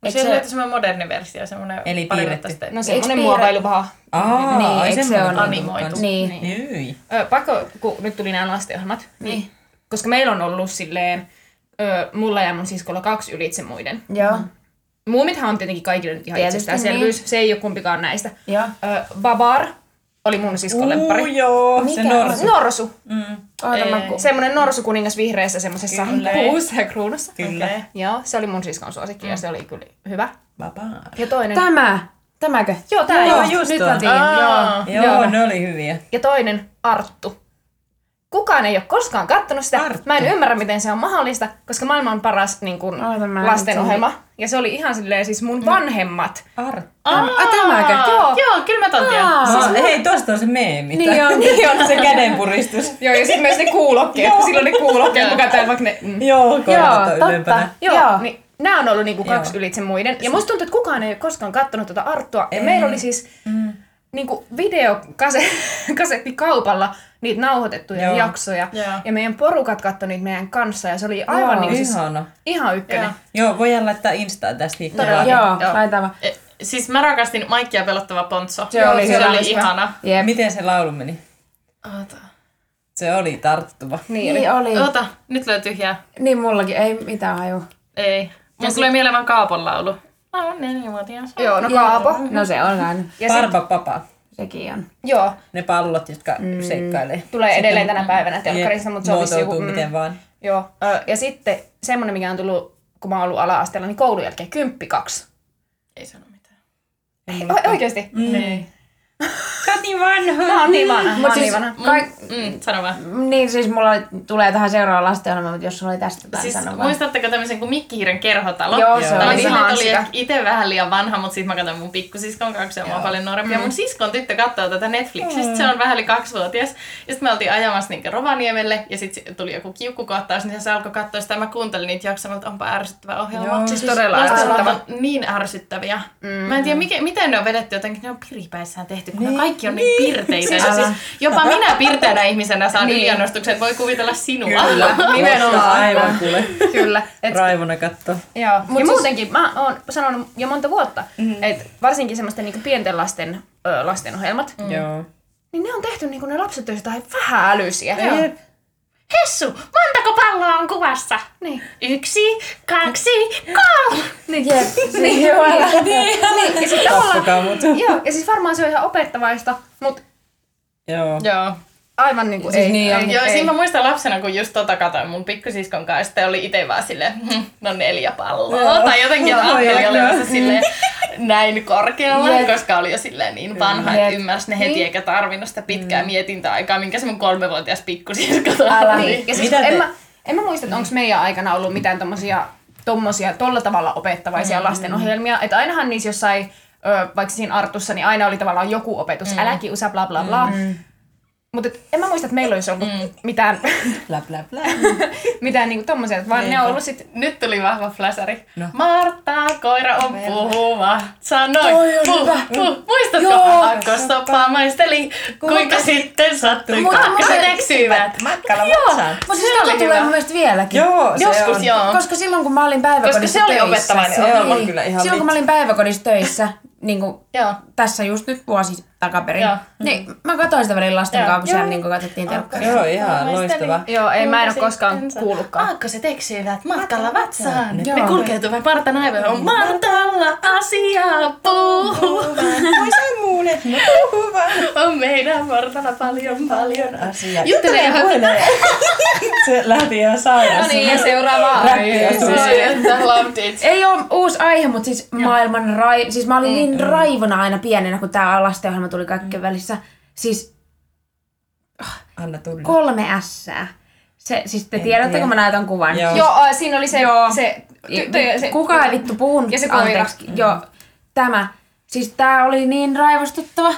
[SPEAKER 3] No
[SPEAKER 1] Eikö
[SPEAKER 3] siellä
[SPEAKER 1] se-
[SPEAKER 3] löytyy semmoinen moderni versio, semmoinen
[SPEAKER 2] Eli
[SPEAKER 3] pari
[SPEAKER 2] piirretty.
[SPEAKER 3] vuotta sitten.
[SPEAKER 4] No semmonen
[SPEAKER 1] piirre-
[SPEAKER 4] muovailupaha.
[SPEAKER 2] Aa,
[SPEAKER 1] Niin,
[SPEAKER 2] ai
[SPEAKER 1] eikö se
[SPEAKER 2] semmoinen
[SPEAKER 1] ole
[SPEAKER 2] tullut
[SPEAKER 3] animoitu?
[SPEAKER 2] kans.
[SPEAKER 1] Niin.
[SPEAKER 2] Niin.
[SPEAKER 4] Ö, pakko, kun nyt tuli nämä lastenohjelmat, niin. niin. koska meillä on ollut silleen, ö, mulla ja mun siskolla kaksi ylitse muiden.
[SPEAKER 1] Joo,
[SPEAKER 4] Muumithan on tietenkin kaikille nyt ihan
[SPEAKER 1] Tietysti,
[SPEAKER 4] itsestäänselvyys,
[SPEAKER 2] niin.
[SPEAKER 4] se ei ole kumpikaan näistä.
[SPEAKER 1] joo.
[SPEAKER 4] Ö, Babar oli mun siskon
[SPEAKER 2] Uu,
[SPEAKER 4] lemppari.
[SPEAKER 2] joo.
[SPEAKER 1] Mikä
[SPEAKER 2] Se norsu.
[SPEAKER 4] Norsu.
[SPEAKER 1] Oota mä
[SPEAKER 3] Ei.
[SPEAKER 1] ku...
[SPEAKER 4] Semmoinen norsukuningas vihreässä semmoisessa
[SPEAKER 2] Kyllä.
[SPEAKER 4] puussa ja kruunussa.
[SPEAKER 2] Kyllä.
[SPEAKER 3] Okei.
[SPEAKER 4] Joo, se oli mun siskon suosikki
[SPEAKER 2] Mm.
[SPEAKER 4] ja se oli kyllä hyvä.
[SPEAKER 2] Vapaa.
[SPEAKER 4] Ja toinen.
[SPEAKER 1] Tämä. Tämäkö?
[SPEAKER 4] Joo, tää
[SPEAKER 2] Joo,
[SPEAKER 4] joo.
[SPEAKER 2] just
[SPEAKER 1] Nyt
[SPEAKER 2] on.
[SPEAKER 1] mä tiedän.
[SPEAKER 3] Aa.
[SPEAKER 1] Joo.
[SPEAKER 2] Joo, ne oli hyviä.
[SPEAKER 4] Ja toinen Arttu. Kukaan ei ole koskaan kattonut sitä.
[SPEAKER 2] Arttu.
[SPEAKER 4] Mä en ymmärrä, miten se on mahdollista, koska maailman paras niin kun,
[SPEAKER 1] Oota, mä en
[SPEAKER 4] lastenohjelma. Ja se oli ihan silleen siis mun vanhemmat.
[SPEAKER 2] Art.
[SPEAKER 1] A, tämäkö?
[SPEAKER 3] Joo. Joo, kyllä mä ton tiedän.
[SPEAKER 1] Aa.
[SPEAKER 2] Mä, Siis, hei, tosta on se meemi.
[SPEAKER 1] Niin
[SPEAKER 2] tää.
[SPEAKER 1] on.
[SPEAKER 2] <laughs> niin on se kädenpuristus.
[SPEAKER 4] Joo, ja sitten myös ne kuulokkeet, kun silloin ne kuulokkeet mukaan täällä vaikka ne... Mm.
[SPEAKER 2] joo,
[SPEAKER 1] Joo,
[SPEAKER 2] korvat on
[SPEAKER 1] totta.
[SPEAKER 2] ylempänä.
[SPEAKER 4] Joo,
[SPEAKER 1] Joo.
[SPEAKER 4] Joo. Niin, nämä on ollut niinku kaksi
[SPEAKER 2] Joo.
[SPEAKER 4] ylitse muiden. Ja musta tuntuu, että kukaan ei ole koskaan kattonut tuota Arttua. Ja meillä oli siis mm. niinku <laughs> videokasetti kaupalla niitä nauhoitettuja
[SPEAKER 2] Joo.
[SPEAKER 4] jaksoja.
[SPEAKER 3] Joo.
[SPEAKER 4] Ja meidän porukat katsoi niitä meidän kanssa ja se oli aivan niinku siis
[SPEAKER 2] Ihana.
[SPEAKER 4] ihan ykkönen.
[SPEAKER 3] Joo.
[SPEAKER 2] Joo, voidaan laittaa Instaan tästä
[SPEAKER 1] Joo,
[SPEAKER 2] kuvakin.
[SPEAKER 1] joo.
[SPEAKER 3] Joo.
[SPEAKER 1] laitetaan vaan.
[SPEAKER 3] E, Siis mä rakastin Maikkia pelottava Pontso.
[SPEAKER 1] Se oli
[SPEAKER 3] se
[SPEAKER 1] hyvä.
[SPEAKER 3] oli ihana.
[SPEAKER 1] Jep.
[SPEAKER 2] Miten se laulu meni?
[SPEAKER 3] Oota.
[SPEAKER 2] Se oli tarttuva.
[SPEAKER 4] Niin,
[SPEAKER 1] Niin oli.
[SPEAKER 3] Oota, nyt löytyy tyhjää.
[SPEAKER 1] Niin mullakin, ei mitään haju.
[SPEAKER 3] Ei. Mun tulee mieleen vaan Kaapon laulu. Mä oon neljävuotias.
[SPEAKER 4] Joo, no Kaapo.
[SPEAKER 1] No se on aina.
[SPEAKER 4] Ja sit,
[SPEAKER 2] Parva papa.
[SPEAKER 1] Sekin on.
[SPEAKER 4] joo,
[SPEAKER 2] Ne pallot, jotka seikkailee.
[SPEAKER 4] tulee edelleen tänä päivänä telkkarissa,
[SPEAKER 2] Jep,
[SPEAKER 4] mutta se on vissi joku... mm,
[SPEAKER 2] muotoutuu miten
[SPEAKER 4] <laughs>
[SPEAKER 2] vaan.
[SPEAKER 4] Joo, ö, ja sitten semmonen, mikä on tullut, kun mä oon ollut ala-asteella, niin koulun jälkeen, kymppi kaksi.
[SPEAKER 3] Ei sano mitään. Mm.
[SPEAKER 4] O- oikeasti.
[SPEAKER 2] Niin. Sä oot niin vanha.
[SPEAKER 4] Mä oon niin vanha. Mä
[SPEAKER 1] Mut
[SPEAKER 4] oon
[SPEAKER 1] siis,
[SPEAKER 4] niin vanha.
[SPEAKER 1] kaik-
[SPEAKER 3] Mm, sano vaan.
[SPEAKER 1] niin siis mulla tulee tähän seuraava lastenohjelma, mutta jos sulla oli tästä jotain
[SPEAKER 3] Siis
[SPEAKER 1] sanoa.
[SPEAKER 3] muistatteko tämmöisen kuin Mikkihiiren kerhotalo?
[SPEAKER 1] Joo, se
[SPEAKER 3] Tämä
[SPEAKER 1] oli
[SPEAKER 3] oli,
[SPEAKER 4] ihan
[SPEAKER 3] oli
[SPEAKER 4] sitä.
[SPEAKER 3] ehkä itse vähän liian vanha, mutta sitten mä katson mun pikkusiskon kanssa, ja mä oon paljon nuorempi. Ja mun siskon tyttö katsoo tätä Netflixistä, se on vähän yli kaksivuotias. Ja sitten me oltiin ajamassa niinku Rovaniemelle, ja sitten tuli joku kiukkukohtaus, niin se alkoi katsoa sitä, ja mä kuuntelin niitä jaksoja, mutta onpa ärsyttävä ohjelma.
[SPEAKER 2] Joo.
[SPEAKER 3] Joo.
[SPEAKER 4] Siis todella
[SPEAKER 3] Lastenlautat
[SPEAKER 4] ärsyttävä.
[SPEAKER 3] on niin ärsyttäviä. Mm. Mä en tiedä, mikä, miten ne on vedetty jotenkin, ne on piripäissään tehty, kun ne
[SPEAKER 2] Niin.
[SPEAKER 3] kaikki on niin, pirteitä. Ja
[SPEAKER 1] Älä.
[SPEAKER 3] siis jopa minä pirteänä ihmisenä saan
[SPEAKER 1] Niin.
[SPEAKER 3] niin. yliannostuksen, voi kuvitella sinua.
[SPEAKER 4] Nimenomaan.
[SPEAKER 2] Aivan kuule.
[SPEAKER 4] Kyllä. Et,
[SPEAKER 2] Raivona katto.
[SPEAKER 4] joo. Ja siis... muutenkin, mä oon sanonut jo monta vuotta, mm. että varsinkin semmoisten niinku pienten lasten ö, lastenohjelmat, mm.
[SPEAKER 2] Joo.
[SPEAKER 4] niin ne on tehty niinku ne lapset on jotain vähän älyisiä.
[SPEAKER 2] Jep.
[SPEAKER 3] Hessu, montako palloa on kuvassa? Niin. Yksi, kaksi, kolme.
[SPEAKER 4] Niin, jep. niin, niin, ja sit tavallaan,
[SPEAKER 2] Tappakaa mut.
[SPEAKER 4] joo, ja siis varmaan se on ihan opettavaista, mutta
[SPEAKER 2] Joo.
[SPEAKER 3] Joo.
[SPEAKER 4] aivan niinku
[SPEAKER 1] Siis
[SPEAKER 4] ei.
[SPEAKER 1] niin on.
[SPEAKER 4] ei,
[SPEAKER 3] Joo,
[SPEAKER 4] ei.
[SPEAKER 3] siinä mä muistan lapsena, kun just tota katoin mun pikkusiskon kanssa, sitten oli itse vaan silleen, "Hm, no neljä palloa.
[SPEAKER 2] Joo.
[SPEAKER 3] Tai jotenkin, että
[SPEAKER 2] Joo,
[SPEAKER 3] ajatteli
[SPEAKER 2] joo,
[SPEAKER 3] olevansa
[SPEAKER 2] joo.
[SPEAKER 3] silleen näin korkealla,
[SPEAKER 1] Jep.
[SPEAKER 3] koska oli jo silleen niin vanha,
[SPEAKER 1] Jep.
[SPEAKER 3] että ymmärsi ne heti,
[SPEAKER 4] Niin.
[SPEAKER 3] eikä tarvinnut sitä
[SPEAKER 2] Mm.
[SPEAKER 3] pitkää mietintäaikaa, minkä se mun kolmevuotias pikkusisko
[SPEAKER 1] Älä.
[SPEAKER 3] oli.
[SPEAKER 4] Niin. Ja siis
[SPEAKER 2] Mitä
[SPEAKER 4] en,
[SPEAKER 2] te-
[SPEAKER 4] mä, en mä muista, että onko meidän aikana ollut mitään tommosia, tommosia tolla tavalla opettavaisia mm. lastenohjelmia. Että ainahan niissä jossain, ö, vaikka siinä Artussa, niin aina oli tavallaan joku opetus. Mm. Älä kiusaa, bla bla bla. Mm. Mutta en mä muista, että meillä olisi ollut mm. mitään, <laughs>
[SPEAKER 2] Blä, blä, blä.
[SPEAKER 4] mitään niinku tommosia, vaan ne on ollut sit
[SPEAKER 3] Nyt tuli vahva flasari.
[SPEAKER 2] No.
[SPEAKER 3] Martta, koira on puhuva. Sanoi,
[SPEAKER 2] Toi on
[SPEAKER 3] puh,
[SPEAKER 2] hyvä.
[SPEAKER 3] puh. Muistatko,
[SPEAKER 2] Joo.
[SPEAKER 3] akkosoppaa maisteli, kuinka sitten sattui,
[SPEAKER 1] Mutta
[SPEAKER 3] kun
[SPEAKER 1] muuten-
[SPEAKER 3] eksyivät.
[SPEAKER 2] Matkalla matsaan.
[SPEAKER 1] Mutta
[SPEAKER 3] Se
[SPEAKER 1] siis tota
[SPEAKER 3] oli
[SPEAKER 1] tulee
[SPEAKER 3] hyvä.
[SPEAKER 1] mun mielestä vieläkin.
[SPEAKER 2] Joo, se
[SPEAKER 3] Joskus
[SPEAKER 2] on.
[SPEAKER 3] joo.
[SPEAKER 1] Koska silloin kun mä olin päiväkodissa
[SPEAKER 3] Koska se oli
[SPEAKER 1] töissä,
[SPEAKER 3] opettavainen
[SPEAKER 1] se
[SPEAKER 2] ohjelma.
[SPEAKER 1] oli.
[SPEAKER 2] Kyllä ihan
[SPEAKER 1] Silloin kun mä olin päiväkodissa töissä, niin kuin
[SPEAKER 3] Joo.
[SPEAKER 1] tässä just nyt vuosi takaperin,
[SPEAKER 3] Joo.
[SPEAKER 1] niin mä katsoin sitä välillä lasten
[SPEAKER 3] Joo.
[SPEAKER 1] kanssa, kun siellä
[SPEAKER 3] Joo.
[SPEAKER 1] niin kuin katsottiin telkkaria.
[SPEAKER 2] Joo, ihan loistava.
[SPEAKER 4] Joo, ei, mä en oo koskaan kuullutkaan.
[SPEAKER 3] Aakkoset eksyivät matkalla vatsaan.
[SPEAKER 1] Joo.
[SPEAKER 3] Ne kulkeutuvat Martan aivoihin. Martalla asiaa puhuu.
[SPEAKER 2] Voi sä muunet, no hyvä.
[SPEAKER 3] On meidän Martalla paljon paljon asiaa.
[SPEAKER 2] Juttelee
[SPEAKER 3] Juttelee
[SPEAKER 2] ja puhelee. <laughs> Se lähti ihan sairaan.
[SPEAKER 4] No niin, ja seuraavaa.
[SPEAKER 2] Räppiä siis.
[SPEAKER 3] Voi, että loved it.
[SPEAKER 1] Ei ole uusi aihe, mutta siis maailman rai... Siis mä olin niin raivona aina pienenä, kun tää lastenohjelma tuli kaikkien välissä. Siis
[SPEAKER 2] Anna tulla.
[SPEAKER 1] kolme ässää. Se, siis te tiedätte,
[SPEAKER 2] tiedä.
[SPEAKER 1] kun mä näytän kuvan.
[SPEAKER 2] Joo.
[SPEAKER 4] Joo, ö, siinä oli se,
[SPEAKER 1] Joo.
[SPEAKER 4] se, tyttö ja se
[SPEAKER 1] Kuka ei vittu puhunut?
[SPEAKER 4] Ja se koira.
[SPEAKER 1] Anteeksi. Joo, tämä. Siis tää oli niin raivostuttava.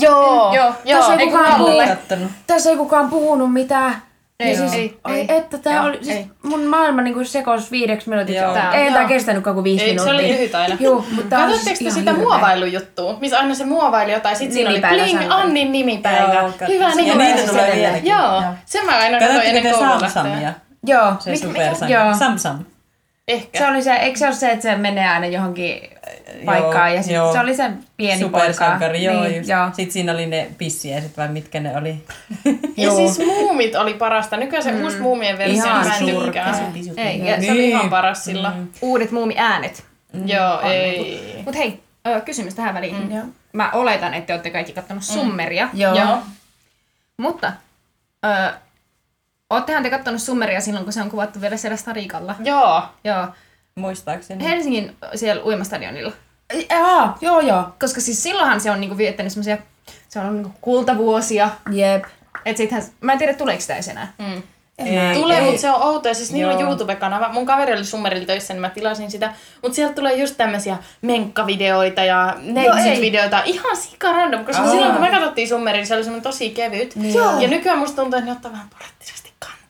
[SPEAKER 3] Joo.
[SPEAKER 4] Joo,
[SPEAKER 1] Tässä
[SPEAKER 3] Joo.
[SPEAKER 1] ei
[SPEAKER 4] ei
[SPEAKER 1] kukaan
[SPEAKER 4] kukaan
[SPEAKER 1] puhunut.
[SPEAKER 2] kattonut.
[SPEAKER 1] Tässä ei kukaan puhunut mitään.
[SPEAKER 4] Ei,
[SPEAKER 1] siis,
[SPEAKER 4] ei,
[SPEAKER 1] ai
[SPEAKER 4] ei.
[SPEAKER 1] että tää oli, siis
[SPEAKER 3] ei.
[SPEAKER 1] mun maailma niinku sekos viideksi minuutiksi.
[SPEAKER 2] Joo.
[SPEAKER 1] Tää, ei
[SPEAKER 4] Joo.
[SPEAKER 1] tää kestänyt kuin viisi
[SPEAKER 3] Ei, se
[SPEAKER 1] minuuttia.
[SPEAKER 3] oli lyhyt aina.
[SPEAKER 1] Joo, mutta tää on siis
[SPEAKER 3] Katsotteko te
[SPEAKER 1] ihan
[SPEAKER 3] sitä
[SPEAKER 1] hirveä.
[SPEAKER 3] muovailujuttua, missä aina se muovaili jotain, sit siinä oli
[SPEAKER 1] Nimipäivä
[SPEAKER 3] bling,
[SPEAKER 1] sanotaan.
[SPEAKER 3] Annin nimipäivä.
[SPEAKER 2] Joo, katso.
[SPEAKER 3] Hyvä
[SPEAKER 2] Ja
[SPEAKER 3] nimi.
[SPEAKER 2] niitä tulee
[SPEAKER 3] Joo.
[SPEAKER 2] vieläkin.
[SPEAKER 3] Joo, se mä aina katsoin
[SPEAKER 2] Katsotteko
[SPEAKER 3] ennen
[SPEAKER 2] te
[SPEAKER 3] koululähtöä.
[SPEAKER 2] Samsamia?
[SPEAKER 1] Joo.
[SPEAKER 2] Se
[SPEAKER 1] Mikä-
[SPEAKER 2] supersankari.
[SPEAKER 1] Joo.
[SPEAKER 2] Samsam.
[SPEAKER 1] Se
[SPEAKER 3] Ehkä.
[SPEAKER 1] oli se, eikö se ole se, että se menee aina johonkin paikkaan ja sit,
[SPEAKER 2] joo.
[SPEAKER 1] se oli se pieni poika.
[SPEAKER 2] Supersankari, joo,
[SPEAKER 1] niin,
[SPEAKER 2] just.
[SPEAKER 1] joo.
[SPEAKER 2] Sitten siinä oli ne pissiäiset vai mitkä ne oli.
[SPEAKER 3] Ja siis muumit oli parasta. Nykyään se uusi muumien versio
[SPEAKER 1] Ihan
[SPEAKER 3] on mä en
[SPEAKER 1] surkea.
[SPEAKER 3] tykkää.
[SPEAKER 4] Ei, ja
[SPEAKER 3] Se oli
[SPEAKER 1] Niin.
[SPEAKER 2] Niin.
[SPEAKER 3] ihan paras silloin.
[SPEAKER 4] uudet muumiäänet.
[SPEAKER 3] Joo, ei.
[SPEAKER 4] Mut hei, ö, kysymys tähän väliin.
[SPEAKER 1] Mm. Joo. Mm.
[SPEAKER 4] Mä oletan, että te olette kaikki kattonut Summeria.
[SPEAKER 1] Joo.
[SPEAKER 3] Joo.
[SPEAKER 4] Mutta ö, oottehan te kattonut Summeria silloin, kun se on kuvattu vielä siellä Starikalla.
[SPEAKER 1] Mm.
[SPEAKER 3] Joo.
[SPEAKER 4] Joo.
[SPEAKER 2] Muistaakseni.
[SPEAKER 4] Helsingin ö, siellä uimastadionilla.
[SPEAKER 1] Jaa, joo, joo.
[SPEAKER 4] Koska siis silloinhan se on niinku viettänyt semmoisia, se on ollut niinku kultavuosia.
[SPEAKER 1] Jep.
[SPEAKER 4] Et sittenhän, mä en tiedä tuleeko sitä edes enää.
[SPEAKER 3] Mm.
[SPEAKER 2] Ei,
[SPEAKER 3] Tulee,
[SPEAKER 2] ei.
[SPEAKER 3] mutta se on outo. Ja siis niillä on
[SPEAKER 2] Joo.
[SPEAKER 3] YouTube-kanava. Mun kaveri oli Summerilla töissä, niin mä tilasin sitä. Mutta sieltä tulee just tämmöisiä menkkavideoita ja neitsyt-videoita. Ihan sika random, koska
[SPEAKER 2] Aa.
[SPEAKER 3] silloin kun me katsottiin Summerin, niin se oli semmoinen tosi kevyt.
[SPEAKER 1] Joo.
[SPEAKER 3] Ja nykyään musta tuntuu, että ne ottaa vähän poliittisesti kantaa.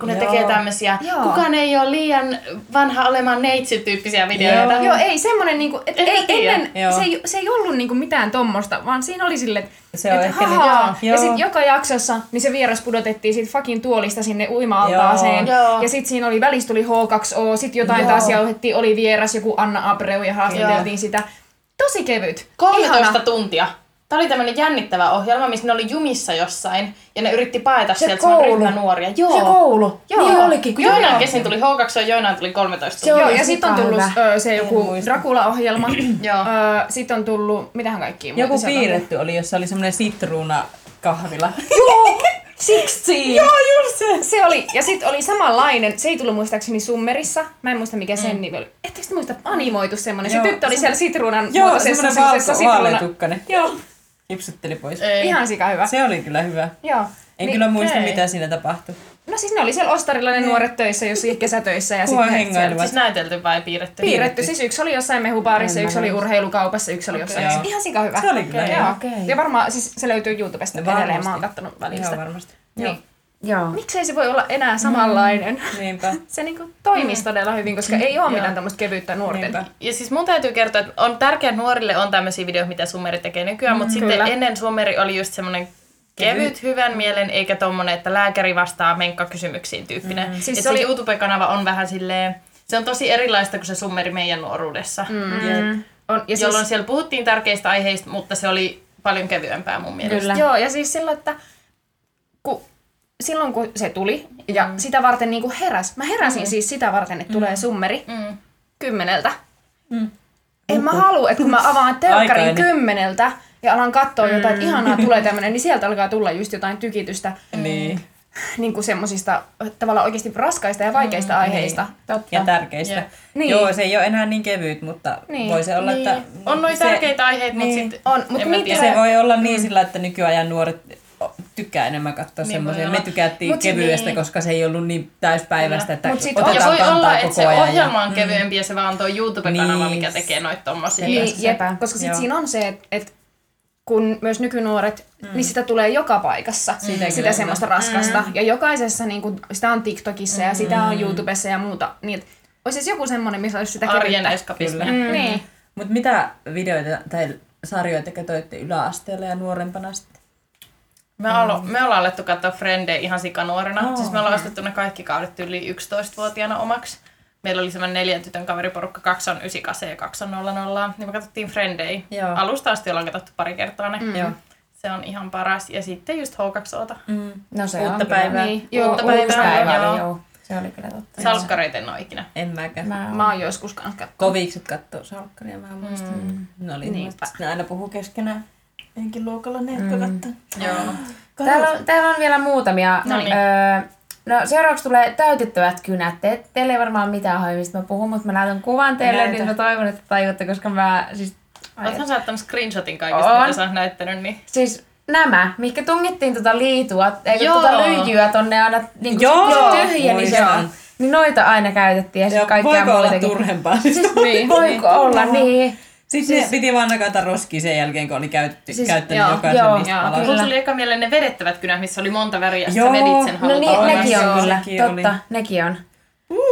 [SPEAKER 3] Kun ne
[SPEAKER 2] Joo.
[SPEAKER 3] tekee tämmöisiä,
[SPEAKER 4] Joo.
[SPEAKER 3] kukaan ei ole liian vanha olemaan neitsy-tyyppisiä videoita.
[SPEAKER 4] Joo, ei semmonen niinku, et
[SPEAKER 3] En mä
[SPEAKER 4] ei,
[SPEAKER 3] tiedä.
[SPEAKER 4] ennen,
[SPEAKER 2] Joo.
[SPEAKER 4] se ei, se ei ollut niinku mitään tommosta, vaan siinä oli silleen,
[SPEAKER 2] Se on
[SPEAKER 4] et
[SPEAKER 2] ehkä nyt-
[SPEAKER 4] hahaa.
[SPEAKER 2] joo.
[SPEAKER 4] Ja sitten joka jaksossa, niin se vieras pudotettiin siitä fucking tuolista sinne uima-altaaseen.
[SPEAKER 3] Joo. Joo.
[SPEAKER 4] Ja sitten siinä oli, välissä tuli H2O, sitten jotain
[SPEAKER 1] Joo.
[SPEAKER 4] taas jauhettiin, oli vieras joku Anna Abreu ja haastateltiin
[SPEAKER 3] Joo.
[SPEAKER 4] sitä. Tosi kevyt.
[SPEAKER 3] 13
[SPEAKER 4] Ihana.
[SPEAKER 3] tuntia. Tämä oli tämmöinen jännittävä ohjelma, missä ne oli jumissa jossain ja ne yritti paeta
[SPEAKER 1] Se
[SPEAKER 3] sieltä semmoinen
[SPEAKER 1] koulu.
[SPEAKER 3] ryhmä nuoria. Joo.
[SPEAKER 1] Se koulu. Joo. Niin olikin.
[SPEAKER 3] Kun joinain kesin tuli H2 ja joinain tuli 13
[SPEAKER 1] Se
[SPEAKER 3] tuntia.
[SPEAKER 4] Joo,
[SPEAKER 1] Oli
[SPEAKER 4] ja sitten on
[SPEAKER 1] sika
[SPEAKER 4] tullut
[SPEAKER 1] hyvä.
[SPEAKER 4] ö, se joku
[SPEAKER 2] muista.
[SPEAKER 4] Dracula-ohjelma.
[SPEAKER 3] Joo.
[SPEAKER 4] sitten on tullut, mitähän kaikkia
[SPEAKER 2] Joku
[SPEAKER 4] sieltä on
[SPEAKER 3] <laughs>
[SPEAKER 4] tullut?
[SPEAKER 2] piirretty oli, jossa oli semmoinen sitruuna kahvila. Sixteen! Joo, just se!
[SPEAKER 4] Se oli, ja sitten oli samanlainen, se ei tullut muistaakseni Summerissa, mä en muista mikä sen nimi oli. Ettekö te muista animoitu semmoinen, se
[SPEAKER 2] Mm. Joo,
[SPEAKER 4] tyttö oli
[SPEAKER 2] se-
[SPEAKER 4] siellä sitruunan
[SPEAKER 2] Joo,
[SPEAKER 4] muotoisessa
[SPEAKER 2] semmoinen
[SPEAKER 4] semmoisessa
[SPEAKER 2] valko, vaaleatukkainen.
[SPEAKER 4] Joo,
[SPEAKER 2] Kipsutteli pois.
[SPEAKER 3] siis Ei.
[SPEAKER 4] ihan sika hyvä.
[SPEAKER 2] Se oli kyllä hyvä.
[SPEAKER 4] Joo. niin-
[SPEAKER 2] En kyllä Niin. muista,
[SPEAKER 3] okei.
[SPEAKER 2] mitä siinä tapahtui.
[SPEAKER 4] No siis ne oli siellä Ostarilla ne nuoret töissä, jos kesätöissä ja
[SPEAKER 2] Kuva
[SPEAKER 4] sitten
[SPEAKER 2] hengailevat.
[SPEAKER 3] Siis näytelty vai piirretty?
[SPEAKER 4] piirretty. Siis yksi oli jossain mehubaarissa,
[SPEAKER 2] En mä
[SPEAKER 4] yksi oli
[SPEAKER 2] muista.
[SPEAKER 4] urheilukaupassa, yksi oli jossain.
[SPEAKER 2] Joo.
[SPEAKER 4] Ihan sika hyvä.
[SPEAKER 2] Se oli kyllä
[SPEAKER 4] Joo.
[SPEAKER 2] hyvä.
[SPEAKER 1] Okei.
[SPEAKER 4] Ja varmaan siis se löytyy YouTubesta
[SPEAKER 2] No
[SPEAKER 4] no, edelleen,
[SPEAKER 2] varmasti.
[SPEAKER 4] mä oon kattonut välistä.
[SPEAKER 2] Joo, varmasti.
[SPEAKER 4] niin.
[SPEAKER 1] Joo.
[SPEAKER 4] Miksei se voi olla enää samanlainen?
[SPEAKER 2] Niinpä.
[SPEAKER 4] <laughs> Se niinku toimisi todella hyvin, koska ei ole mitään tämmöistä kevyyttä nuorten.
[SPEAKER 2] Mm. Niinpä.
[SPEAKER 3] Ja siis mun täytyy kertoa, että on tärkeää, että nuorille on tämmöisiä videoita, mitä Summeri tekee nykyään, mutta sitten
[SPEAKER 4] kyllä.
[SPEAKER 3] ennen Summeri oli just semmoinen kevyt hyvän mielen, eikä tommonen, että lääkäri vastaa menkkakysymyksiin tyyppinen. Mm. Siis se oli... YouTube-kanava on vähän silleen, se on tosi erilaista kuin se Summeri meidän nuoruudessa, mm.
[SPEAKER 2] Jep.
[SPEAKER 4] On, ja siis,
[SPEAKER 3] jolloin siellä puhuttiin tärkeistä aiheista, mutta se oli paljon kevyempää mun mielestä.
[SPEAKER 1] Kyllä.
[SPEAKER 4] Joo, ja siis silloin, että kun, silloin kun se tuli, ja mm. sitä varten niinku heräs. Mä heräsin mm. siis sitä varten, että mm. tulee summeri
[SPEAKER 3] Mm.
[SPEAKER 4] kymmeneltä. Mm. En mä halua, että kun mä avaan telkkarin
[SPEAKER 2] Aikainen.
[SPEAKER 4] kymmeneltä ja alan katsoa mm. jotain, että ihanaa tulee tämmönen, niin sieltä alkaa tulla just jotain tykitystä
[SPEAKER 2] Niin.
[SPEAKER 4] niin kuin semmosista äh, tavallaan oikeasti raskaista ja vaikeista mm. aiheista.
[SPEAKER 1] Totta.
[SPEAKER 2] Ja tärkeistä.
[SPEAKER 3] Jep.
[SPEAKER 4] Niin.
[SPEAKER 2] Joo, se ei ole enää niin kevyt, mutta
[SPEAKER 4] Niin.
[SPEAKER 2] voi se olla,
[SPEAKER 3] Niin.
[SPEAKER 2] että...
[SPEAKER 3] On noin
[SPEAKER 2] se-
[SPEAKER 3] tärkeitä aiheita, mutta
[SPEAKER 2] Niin.
[SPEAKER 3] sitten...
[SPEAKER 4] On, mut
[SPEAKER 3] en mä
[SPEAKER 4] mitä-
[SPEAKER 3] tiedä.
[SPEAKER 2] Se voi olla niin sillä, että nykyajan nuoret tykkää enemmän katsoa
[SPEAKER 3] Niin
[SPEAKER 2] niin semmoisia.
[SPEAKER 3] voi
[SPEAKER 2] Me
[SPEAKER 3] olla.
[SPEAKER 2] tykättiin
[SPEAKER 3] Mut
[SPEAKER 2] Mut
[SPEAKER 3] se-
[SPEAKER 2] kevyestä,
[SPEAKER 3] niin.
[SPEAKER 2] niin. koska se ei ollut niin täyspäiväistä, että
[SPEAKER 4] Mut sit-
[SPEAKER 2] otetaan
[SPEAKER 3] Ja voi
[SPEAKER 2] kantaa
[SPEAKER 3] olla, että
[SPEAKER 2] koko
[SPEAKER 3] se
[SPEAKER 2] ajan.
[SPEAKER 3] ohjelma on kevyempi ja se vaan on tuo YouTube-kanava,
[SPEAKER 2] Niin.
[SPEAKER 3] mikä tekee noita tommosia.
[SPEAKER 4] Niin, jep,
[SPEAKER 1] sepä.
[SPEAKER 4] koska sit
[SPEAKER 2] Joo.
[SPEAKER 4] siinä on se, että et kun myös nykynuoret, mm. niin sitä tulee joka paikassa,
[SPEAKER 2] Sitä
[SPEAKER 4] sitä,
[SPEAKER 2] kyllä
[SPEAKER 4] sitä semmoista raskasta. Mm. Ja jokaisessa, niin kun, sitä on TikTokissa ja sitä on YouTubessa ja muuta. Niin, et olisi siis joku semmoinen, missä olisi sitä
[SPEAKER 3] Arjen
[SPEAKER 4] kevyttä.
[SPEAKER 3] eskapismia.
[SPEAKER 4] Mm. Niin.
[SPEAKER 2] Mut mitä videoita tai sarjoita katsoitte yläasteella ja nuorempana sitten?
[SPEAKER 3] Me, alo, me ollaan alettu katsoa Frendejä ihan sikanuorena.
[SPEAKER 2] Oo.
[SPEAKER 3] Oh. Siis me ollaan ostettu ne kaikki kaudet yli 11-vuotiaana omaksi. Meillä oli semmoinen neljän tytön kaveriporukka, kaksi on 98 ja kaksi on 00. Niin me katsottiin Frendejä.
[SPEAKER 2] Joo.
[SPEAKER 3] Alusta asti ollaan katsottu pari kertaa ne. Mm.
[SPEAKER 2] Joo.
[SPEAKER 3] Se on ihan paras. Ja sitten just H2Ota.
[SPEAKER 1] No se
[SPEAKER 2] Uutta
[SPEAKER 1] on kyllä.
[SPEAKER 2] päivää.
[SPEAKER 4] Niin.
[SPEAKER 1] Joo,
[SPEAKER 4] Joo,
[SPEAKER 1] uutta
[SPEAKER 3] päivää,
[SPEAKER 1] päivää.
[SPEAKER 3] joo.
[SPEAKER 1] oli, Joo. Se oli kyllä totta.
[SPEAKER 3] Salkkareita en ole ikinä.
[SPEAKER 2] En mäkään. Mä.
[SPEAKER 1] Mä oon.
[SPEAKER 4] Mä oon joskus kanssa kattonut.
[SPEAKER 2] Kovikset kattoo salkkaria, mä muistan. Mm. Ne oli
[SPEAKER 4] Niinpä.
[SPEAKER 2] ne aina puhuu keskenään. Enkin luokalla ne, jotka kattoo.
[SPEAKER 3] Joo.
[SPEAKER 1] Täällä on, täällä on vielä muutamia.
[SPEAKER 3] No niin.
[SPEAKER 1] Öö, no seuraavaksi tulee täytettävät kynät. Te, teillä ei varmaan mitään hajua, mistä mä puhun, mutta mä näytän kuvan teille,
[SPEAKER 2] Näytä.
[SPEAKER 1] Näytä. niin mä toivon, että tajutte, koska mä siis...
[SPEAKER 3] Olethan sä ottanut screenshotin kaikista,
[SPEAKER 1] On.
[SPEAKER 3] mitä sä oot näyttänyt, niin
[SPEAKER 1] Siis nämä, mihinkä tungittiin tota liitua, eikö
[SPEAKER 3] Joo.
[SPEAKER 1] tota lyijyä tonne aina niin
[SPEAKER 2] Joo.
[SPEAKER 1] kun se tyhjä, niin, se,
[SPEAKER 2] Muistan.
[SPEAKER 1] niin noita aina käytettiin ja sitten
[SPEAKER 2] Ja
[SPEAKER 1] kaikkea
[SPEAKER 2] voiko olla
[SPEAKER 1] muutakin. <laughs>
[SPEAKER 2] turhempaa? <laughs> Siis,
[SPEAKER 1] niin. Voiko olla, niin.
[SPEAKER 2] Sitten siis, ne piti vaan nakata roskiin sen jälkeen, kun oli käytetty, siis, käyttänyt joo, jokaisen joo, niistä joo,
[SPEAKER 1] kyllä.
[SPEAKER 3] Mulla tuli eka mieleen ne vedettävät kynät, missä oli monta väriä, joo.
[SPEAKER 2] Joo.
[SPEAKER 3] sä vedit sen
[SPEAKER 1] No niin,
[SPEAKER 3] halutavasti.
[SPEAKER 1] nekin on
[SPEAKER 2] Joo,
[SPEAKER 1] kyllä,
[SPEAKER 2] sekin oli.
[SPEAKER 1] totta, nekin on.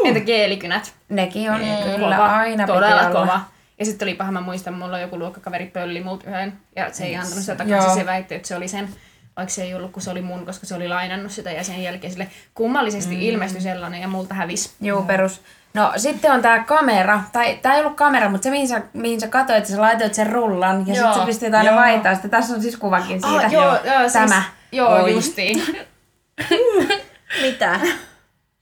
[SPEAKER 4] Entä geelikynät?
[SPEAKER 1] Nekin on kyllä
[SPEAKER 4] Kova,
[SPEAKER 1] aina
[SPEAKER 4] todella
[SPEAKER 1] piti olla.
[SPEAKER 4] kova. Ja sitten oli paha, mä muistan, mulla joku luokkakaveri pölli multa yhden, ja se ei antanut sitä
[SPEAKER 1] Joo.
[SPEAKER 4] takaisin, se väitti, että se oli sen, vaikka se ei ollut, kun se oli mun, koska se oli lainannut sitä, ja sen jälkeen sille kummallisesti mm. ilmestyi sellainen, ja multa hävisi.
[SPEAKER 1] Juu, perus. No sitten on tää kamera, tai tää ei ollut kamera, mutta se mihin sä, mihin sä katsoit, sä laitoit sen rullan ja
[SPEAKER 3] Joo.
[SPEAKER 1] sitten sä pistit aina
[SPEAKER 2] Joo.
[SPEAKER 1] vaihtaa sitä. Tässä on siis kuvakin siitä.
[SPEAKER 4] Ah, joo, joo, siis,
[SPEAKER 1] Tämä.
[SPEAKER 4] Joo,
[SPEAKER 2] Oi.
[SPEAKER 4] justiin.
[SPEAKER 1] <laughs> Mitä?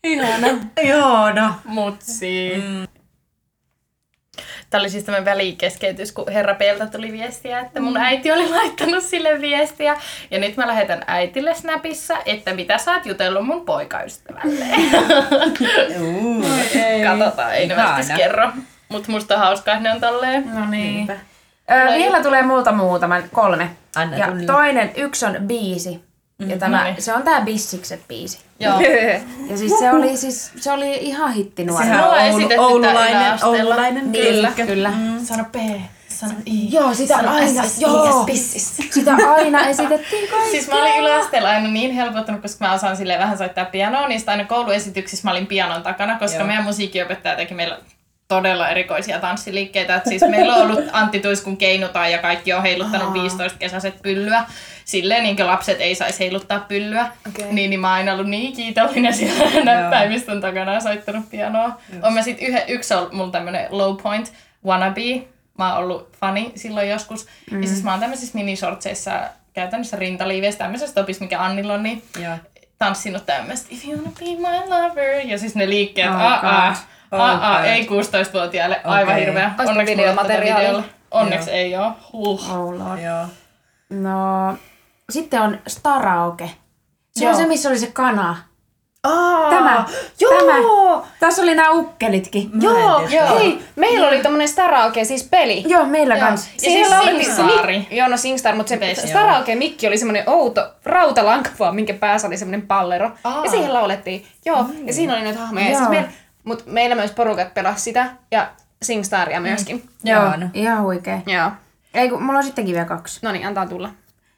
[SPEAKER 2] <laughs> Joo, no.
[SPEAKER 3] Mutsi. Mm. Tämä oli siis tämmöinen välikeskeytys, kun herra Pelta tuli viestiä, että mun äiti oli laittanut sille viestiä. Ja nyt mä lähetän äitille Snapissa, että mitä sä oot jutellut mun <laughs> poikaystävälle.
[SPEAKER 2] Uu.
[SPEAKER 3] Katsotaan, ei ne välttämättä
[SPEAKER 2] Ihana.
[SPEAKER 3] kerro. Mutta musta on hauskaa, että ne on tolleen.
[SPEAKER 1] No niin. Ö, vielä tulee multa muutama, kolme.
[SPEAKER 2] Anna
[SPEAKER 1] ja
[SPEAKER 2] tulla.
[SPEAKER 1] toinen, yksi on biisi. Ja tämä,
[SPEAKER 3] no niin.
[SPEAKER 1] se on tää Bissikset biisi.
[SPEAKER 3] Joo.
[SPEAKER 1] Ja siis se oli, siis, se oli ihan hitti
[SPEAKER 2] Sehän
[SPEAKER 1] nuorena.
[SPEAKER 3] ollaan
[SPEAKER 2] on
[SPEAKER 3] esitetty
[SPEAKER 2] Oulu,
[SPEAKER 3] tää
[SPEAKER 2] oululainen,
[SPEAKER 3] yläasteella.
[SPEAKER 2] oululainen.
[SPEAKER 1] Kyllä, kyllä.
[SPEAKER 3] Sano P, sano I.
[SPEAKER 1] Joo, sitä aina, joo, sitä aina esitettiin kaikki.
[SPEAKER 3] Siis mä olin yläasteella aina niin helpottunut, koska mä osaan sille vähän soittaa pianoa, niin sitten aina kouluesityksissä mä olin pianon takana, koska
[SPEAKER 2] Joo.
[SPEAKER 3] Joo. meidän musiikkinopettaja teki meillä todella erikoisia tanssiliikkeitä. Et siis meillä on ollut Antti Tuiskun keinutaan ja kaikki on heiluttanut 15 kesäiset pyllyä. Silleen niin kuin lapset ei saisi heiluttaa pyllyä.
[SPEAKER 4] Okei.
[SPEAKER 3] Niin, niin mä oon aina ollut niin kiitollinen siellä näppäimistön takana ja soittanut pianoa. On mä sit yhden, yksi on mulla tämmönen low point, wannabe. Mä oon ollut fani silloin joskus. Mm. Ja siis mä oon tämmöisissä minishortseissa käytännössä rintaliiveissä tämmöisessä topissa, mikä Annilla on, niin
[SPEAKER 2] Joo.
[SPEAKER 3] tanssinut tämmöistä If you wanna be my lover. Ja siis ne liikkeet,
[SPEAKER 1] Oh
[SPEAKER 3] aa, aa,
[SPEAKER 2] God.
[SPEAKER 3] aa, aa,
[SPEAKER 2] Oh
[SPEAKER 3] ei 16-vuotiaille, aivan
[SPEAKER 2] Okei.
[SPEAKER 3] hirveä.
[SPEAKER 4] Olisiko
[SPEAKER 3] mulla ei ole
[SPEAKER 4] videomateriaalia?
[SPEAKER 3] tätä videolla. Onneksi ei oo. Huh.
[SPEAKER 1] Oh lord.
[SPEAKER 2] Joo.
[SPEAKER 1] No, sitten on Staraoke. Se Se on se, missä oli se kana.
[SPEAKER 4] Aa,
[SPEAKER 1] Tämä.
[SPEAKER 4] Joo!
[SPEAKER 1] Tämä. Tässä oli nämä ukkelitkin.
[SPEAKER 2] Mm.
[SPEAKER 4] Joo,
[SPEAKER 2] tiedä.
[SPEAKER 4] joo. Hei, Niin, meillä oli tämmönen Staraoke, siis peli.
[SPEAKER 1] Joo, meillä
[SPEAKER 3] Joo.
[SPEAKER 1] kanssa.
[SPEAKER 3] Ja siis Singstar.
[SPEAKER 4] Mik, joo, no Singstar, mutta se
[SPEAKER 3] Best,
[SPEAKER 4] Staraoke-mikki oli semmoinen outo rautalankku vaan, minkä päässä oli semmoinen pallero.
[SPEAKER 3] Aa.
[SPEAKER 4] Ja siihen laulettiin. Joo, mm. ja siinä oli noita hahmoja. Ja siis
[SPEAKER 1] Joo.
[SPEAKER 4] meillä, mut meillä myös porukat pelasi sitä ja Singstaria myöskin.
[SPEAKER 1] Joo,
[SPEAKER 2] Joo, no.
[SPEAKER 1] ihan huikea.
[SPEAKER 4] Joo.
[SPEAKER 1] Ei, kun mulla on sittenkin vielä kaksi.
[SPEAKER 4] No niin, antaa tulla.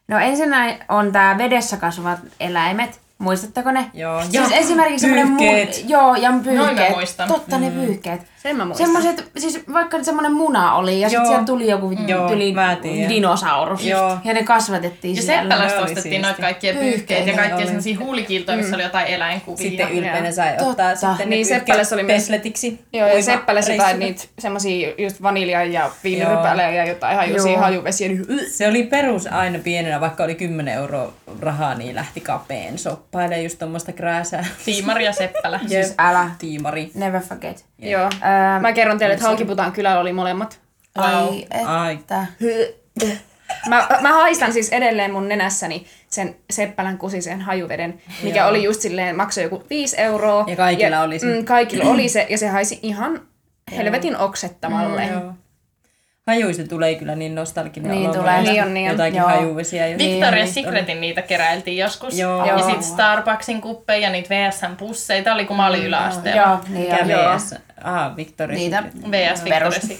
[SPEAKER 1] No ensinnä on tämä vedessä kasvavat eläimet. Muistatteko ne?
[SPEAKER 2] Joo.
[SPEAKER 1] Siis
[SPEAKER 2] Ja
[SPEAKER 1] esimerkiksi semmoinen
[SPEAKER 2] pyyhkeet.
[SPEAKER 1] mun... Joo, ja pyyhkeet.
[SPEAKER 3] Noin mä muistan.
[SPEAKER 1] Totta, ne pyyhkeet.
[SPEAKER 4] Sen mä muistan.
[SPEAKER 1] Semmoiset, siis vaikka nyt semmoinen muna oli ja sitten
[SPEAKER 2] Joo.
[SPEAKER 1] sieltä tuli joku
[SPEAKER 2] Joo,
[SPEAKER 1] tyli
[SPEAKER 2] mä tiedän.
[SPEAKER 1] dinosaurus.
[SPEAKER 2] Joo.
[SPEAKER 1] Ja ne kasvatettiin
[SPEAKER 3] Ja
[SPEAKER 1] siellä.
[SPEAKER 2] Ne
[SPEAKER 3] Seppälästä
[SPEAKER 2] oli
[SPEAKER 3] ostettiin
[SPEAKER 2] siisti.
[SPEAKER 3] noita kaikkia pyyhkeitä ja
[SPEAKER 2] Pyyhkeitä
[SPEAKER 3] kaikkia
[SPEAKER 2] oli.
[SPEAKER 3] sellaisia huulikiltoja, missä oli jotain eläinkuvia.
[SPEAKER 2] sitten
[SPEAKER 3] ja...
[SPEAKER 2] ylpeänä sai
[SPEAKER 1] Totta.
[SPEAKER 2] ottaa sitten
[SPEAKER 4] Niin,
[SPEAKER 2] pyyhkeet
[SPEAKER 4] Seppälässä oli myös-
[SPEAKER 2] pesletiksi.
[SPEAKER 4] Joo, ja
[SPEAKER 2] Uima-
[SPEAKER 4] seppälässä jotain
[SPEAKER 2] reissulle.
[SPEAKER 4] niitä semmosia just vaniljaa ja viinirypäleä ja jotain hajuisia
[SPEAKER 1] Joo.
[SPEAKER 4] hajuvesiä. Niin, yh.
[SPEAKER 2] Se oli perus aina pienenä, vaikka oli 10 euroa rahaa, niin lähti kapeen soppailemaan just tuommoista krääsää.
[SPEAKER 3] Tiimari ja
[SPEAKER 2] <laughs>
[SPEAKER 3] Seppälä.
[SPEAKER 1] Siis älä.
[SPEAKER 2] Tiimari.
[SPEAKER 1] Never forget.
[SPEAKER 4] Joo.
[SPEAKER 1] Ää,
[SPEAKER 4] Mä kerron teille, että Haukiputaan kylällä oli molemmat.
[SPEAKER 2] Au.
[SPEAKER 1] Ai,
[SPEAKER 2] Ai.
[SPEAKER 1] että.
[SPEAKER 4] Mä, mä haistan siis edelleen mun nenässäni sen Seppälän kusisen hajuveden, mikä
[SPEAKER 2] Joo.
[SPEAKER 4] oli just silleen, maksoi joku 5 euroa.
[SPEAKER 2] Ja kaikilla oli se.
[SPEAKER 4] Mm, kaikilla oli se, ja se haisi ihan helvetin oksettavalle. Mm,
[SPEAKER 2] Joo. Hajuista tulee kyllä niin nostalginen
[SPEAKER 1] Niin
[SPEAKER 2] olo
[SPEAKER 1] tulee.
[SPEAKER 2] välillä.
[SPEAKER 4] Niin on, niin on.
[SPEAKER 2] Jotakin
[SPEAKER 1] Joo.
[SPEAKER 2] hajuvesiä. Jos...
[SPEAKER 3] Victoria
[SPEAKER 2] Niin,
[SPEAKER 3] Secretin niitä keräiltiin joskus.
[SPEAKER 2] Joo.
[SPEAKER 3] Ja
[SPEAKER 1] Joo.
[SPEAKER 3] sitten Starbucksin kuppeja ja niitä VSN-pusseita oli, kun mä olin yläasteella.
[SPEAKER 1] Mm. Joo, niin
[SPEAKER 2] Mikä
[SPEAKER 1] on.
[SPEAKER 2] VS? Ah, Victoria
[SPEAKER 1] Niitä.
[SPEAKER 2] Secret.
[SPEAKER 3] VS Victoria
[SPEAKER 1] Perus. Niin.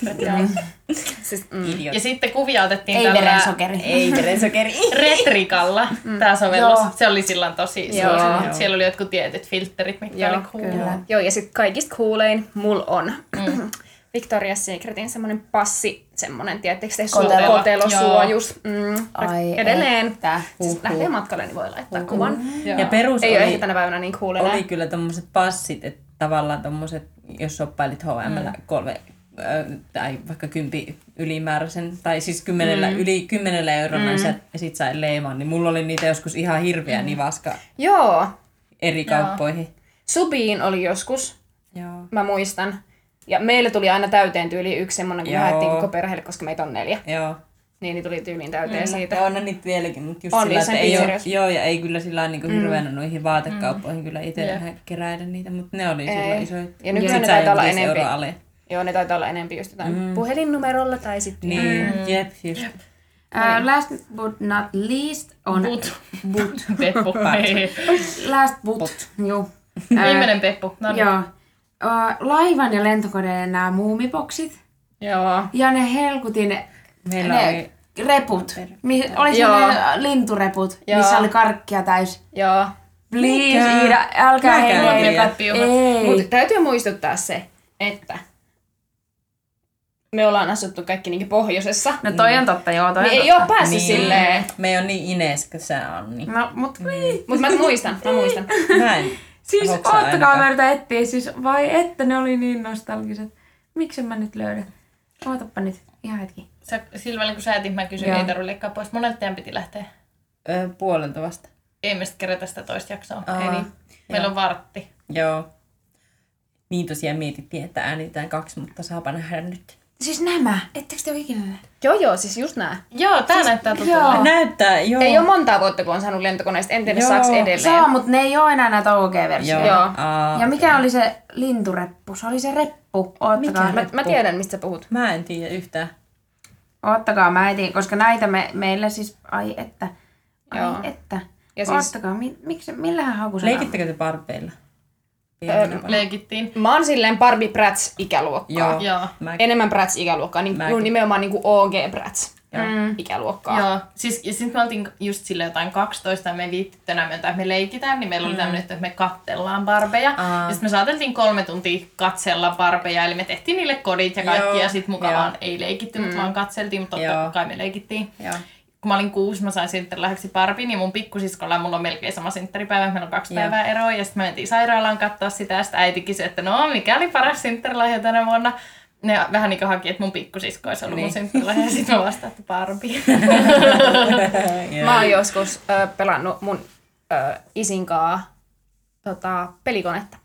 [SPEAKER 3] Secret.
[SPEAKER 4] Siis, mm.
[SPEAKER 2] Idiot.
[SPEAKER 3] Ja sitten kuvia otettiin
[SPEAKER 1] Ei
[SPEAKER 3] tällä
[SPEAKER 1] verensokeri.
[SPEAKER 2] Ei verensokeri.
[SPEAKER 3] Retrikalla tämä sovellus.
[SPEAKER 1] Mm. Joo.
[SPEAKER 3] Se oli silloin tosi
[SPEAKER 4] Joo.
[SPEAKER 3] suosittu. mut Siellä oli jotkut tietyt filterit, mitkä
[SPEAKER 4] Joo,
[SPEAKER 3] oli cool.
[SPEAKER 1] Kyllä.
[SPEAKER 4] Joo, ja sitten kaikista kuulein mul on mm. <clears throat> Victoria's Secretin semmoinen passi, semmonen, tiedättekö te,
[SPEAKER 1] Kotelo.
[SPEAKER 4] kotelo, kotelosuojus. Mm.
[SPEAKER 1] Ai
[SPEAKER 4] edelleen.
[SPEAKER 1] että.
[SPEAKER 4] Siis lähtee matkalle, niin voi laittaa kuvan.
[SPEAKER 3] Joo.
[SPEAKER 2] Ja perus
[SPEAKER 4] Ei ole
[SPEAKER 2] oli,
[SPEAKER 4] ehkä tänä päivänä niin cool enää.
[SPEAKER 2] oli kyllä tommoset passit, että tavallaan tommoset, jos soppailit HMllä kolme ö, tai vaikka kympi ylimääräisen, tai siis kymmenellä, mm. yli kymmenellä eurolla mm. sä, ja sit sai leiman, niin mulla oli niitä joskus ihan hirveä mm. nivaska
[SPEAKER 4] Joo,
[SPEAKER 2] eri kauppoihin.
[SPEAKER 4] Subiin oli joskus,
[SPEAKER 2] Joo.
[SPEAKER 4] mä muistan. Ja meillä tuli aina täyteen tyyli yksi semmoinen, kun me
[SPEAKER 2] Joo.
[SPEAKER 4] haettiin koko perheelle, koska meitä on neljä.
[SPEAKER 2] Joo.
[SPEAKER 4] Niin, niin tuli tyyliin täyteen mm. siitä.
[SPEAKER 2] Ja on ne niitä vieläkin, mutta just
[SPEAKER 4] On
[SPEAKER 2] sillä, että
[SPEAKER 4] niissä
[SPEAKER 2] ei ole,
[SPEAKER 4] pizzerioissa.
[SPEAKER 2] joo, ja ei kyllä sillä niinku mm. hirveänä noihin vaatekauppoihin kyllä itse yeah. keräillä niitä, mutta ne oli silloin
[SPEAKER 4] Ei.
[SPEAKER 2] isoja.
[SPEAKER 4] Ja nykyään
[SPEAKER 2] Sit
[SPEAKER 4] ne
[SPEAKER 2] sai
[SPEAKER 4] taitaa olla
[SPEAKER 2] viisi
[SPEAKER 4] enempi.
[SPEAKER 2] euroa alle.
[SPEAKER 4] Joo, ne taitaa olla enempi just jotain mm. puhelinnumerolla tai sitten...
[SPEAKER 2] Niin, mm. jep, just. Jep.
[SPEAKER 1] Uh, last but not least on...
[SPEAKER 3] But.
[SPEAKER 1] But.
[SPEAKER 3] <laughs> Peppu. Ei.
[SPEAKER 1] Last but. but. Juu. Ää,
[SPEAKER 3] Viimeinen Peppu. No niin.
[SPEAKER 1] Joo. Ää, laivan ja lentokoneen nämä muumiboksit.
[SPEAKER 4] Joo.
[SPEAKER 1] Ja ne helkutin ne,
[SPEAKER 2] Meillä
[SPEAKER 1] ne
[SPEAKER 2] oli
[SPEAKER 1] reput. Mi- oli
[SPEAKER 4] Joo.
[SPEAKER 1] sellainen lintureput,
[SPEAKER 4] Joo.
[SPEAKER 1] missä oli karkkia täys.
[SPEAKER 4] Joo.
[SPEAKER 1] Please,
[SPEAKER 2] Mikä?
[SPEAKER 1] Iida, älkää
[SPEAKER 2] Mä käyn vielä.
[SPEAKER 1] heitä.
[SPEAKER 4] Mutta
[SPEAKER 1] Ei.
[SPEAKER 4] täytyy muistuttaa se, että me ollaan asuttu kaikki niinkin pohjoisessa.
[SPEAKER 1] No toi on totta, joo, toi
[SPEAKER 4] Niin
[SPEAKER 1] on
[SPEAKER 4] ei ole
[SPEAKER 1] totta.
[SPEAKER 4] päässyt niin. silleen.
[SPEAKER 2] Me ei ole niin Ines kuin sä Anni.
[SPEAKER 1] No, mut niin.
[SPEAKER 4] Mutta mä muistan, mä muistan.
[SPEAKER 2] <laughs> Mä en.
[SPEAKER 1] Siis
[SPEAKER 2] Hoksaa
[SPEAKER 1] oottakaa,
[SPEAKER 2] ainakaan.
[SPEAKER 1] mä yritän etsiä. Siis vai että ne oli niin nostalgiset. Miksi mä nyt löydän? Ootappa nyt ihan hetki.
[SPEAKER 3] Sä, sillä välin kun sä etit, mä kysyin,
[SPEAKER 1] Joo.
[SPEAKER 3] ei tarvitse leikkaa pois. Monelta teidän piti lähteä.
[SPEAKER 2] Ö, puolelta vasta.
[SPEAKER 3] Ei me sitten kerätä sitä toista jaksoa.
[SPEAKER 2] Aa,
[SPEAKER 3] Ei niin. Meillä on vartti.
[SPEAKER 2] Joo. Niin tosiaan mietittiin, että äänitään kaksi, mutta saapa nähdä nyt.
[SPEAKER 1] Siis nämä. Ettekö te ole ikinä nähnyt?
[SPEAKER 4] Joo, joo, siis just nää.
[SPEAKER 3] Joo, tää näyttää tutulta.
[SPEAKER 1] Siis- joo.
[SPEAKER 2] Oh. Näyttää, joo.
[SPEAKER 4] Ei ole montaa vuotta, kun on saanut lentokoneesta. En tiedä,
[SPEAKER 2] Joo.
[SPEAKER 4] saaks edelleen.
[SPEAKER 1] Saa, mutta ne ei ole enää näitä OG-versioita.
[SPEAKER 2] Joo.
[SPEAKER 4] Joo.
[SPEAKER 2] Aa,
[SPEAKER 1] Ja mikä oli se lintureppu? Se oli se reppu. Oottakaa.
[SPEAKER 2] Mikä?
[SPEAKER 1] Mikä?
[SPEAKER 4] Mä, mä tiedän, mistä sä puhut.
[SPEAKER 2] Mä en tiedä yhtään.
[SPEAKER 1] Oottakaa, mä etin, koska näitä me, meillä siis... Ai että. Ai
[SPEAKER 4] Joo.
[SPEAKER 1] että.
[SPEAKER 4] Ja
[SPEAKER 1] Ja
[SPEAKER 4] siis-
[SPEAKER 1] siis, Oottakaa, mi, miksi, millähän hakusana?
[SPEAKER 2] Leikittekö te barbeilla?
[SPEAKER 3] Leikittiin.
[SPEAKER 4] Mä oon silleen Barbie Bratz ikäluokkaa.
[SPEAKER 2] Joo.
[SPEAKER 3] Joo.
[SPEAKER 2] Mä,
[SPEAKER 4] Enemmän Bratz ikäluokkaa, niin
[SPEAKER 2] Mäkin.
[SPEAKER 4] mun nimenomaan niinku OG Bratz
[SPEAKER 2] Joo.
[SPEAKER 4] Mm. ikäluokkaa.
[SPEAKER 3] Joo, siis ja sit me oltiin just sille jotain 12 ja me ei viittitty enää myöntää, että me leikitään, niin meillä oli tämmöinen, että me kattellaan barbeja.
[SPEAKER 2] Mm. Aa.
[SPEAKER 3] Ja sitten me saateltiin kolme tuntia katsella barbeja, eli me tehtiin niille kodit ja kaikki,
[SPEAKER 2] Joo, Mm.
[SPEAKER 3] ja sitten mukavaan ei leikitty, mutta vaan katseltiin, mutta totta
[SPEAKER 2] Joo.
[SPEAKER 3] kai me leikittiin.
[SPEAKER 2] Joo.
[SPEAKER 3] Kun mä olin kuusi, mä sain synttärilahjaksi Barbie, niin mun pikkusiskolla ja mulla on melkein sama synttäripäivä, meillä on kaksi
[SPEAKER 2] Joo.
[SPEAKER 3] päivää eroa, ja sitten me mentiin sairaalaan katsoa sitä, ja sitten äiti kysyi, että no, mikä oli paras synttärilahja tänä vuonna? Ne vähän niin kuin haki, että mun pikkusisko olisi ollut niin. mun
[SPEAKER 2] Niin.
[SPEAKER 3] synttärilahja, ja sitten mä vastaan, että Barbie.
[SPEAKER 2] <laughs> Joo.
[SPEAKER 4] Mä oon joskus ö, pelannut mun ö, isin kaa tota, pelikonetta.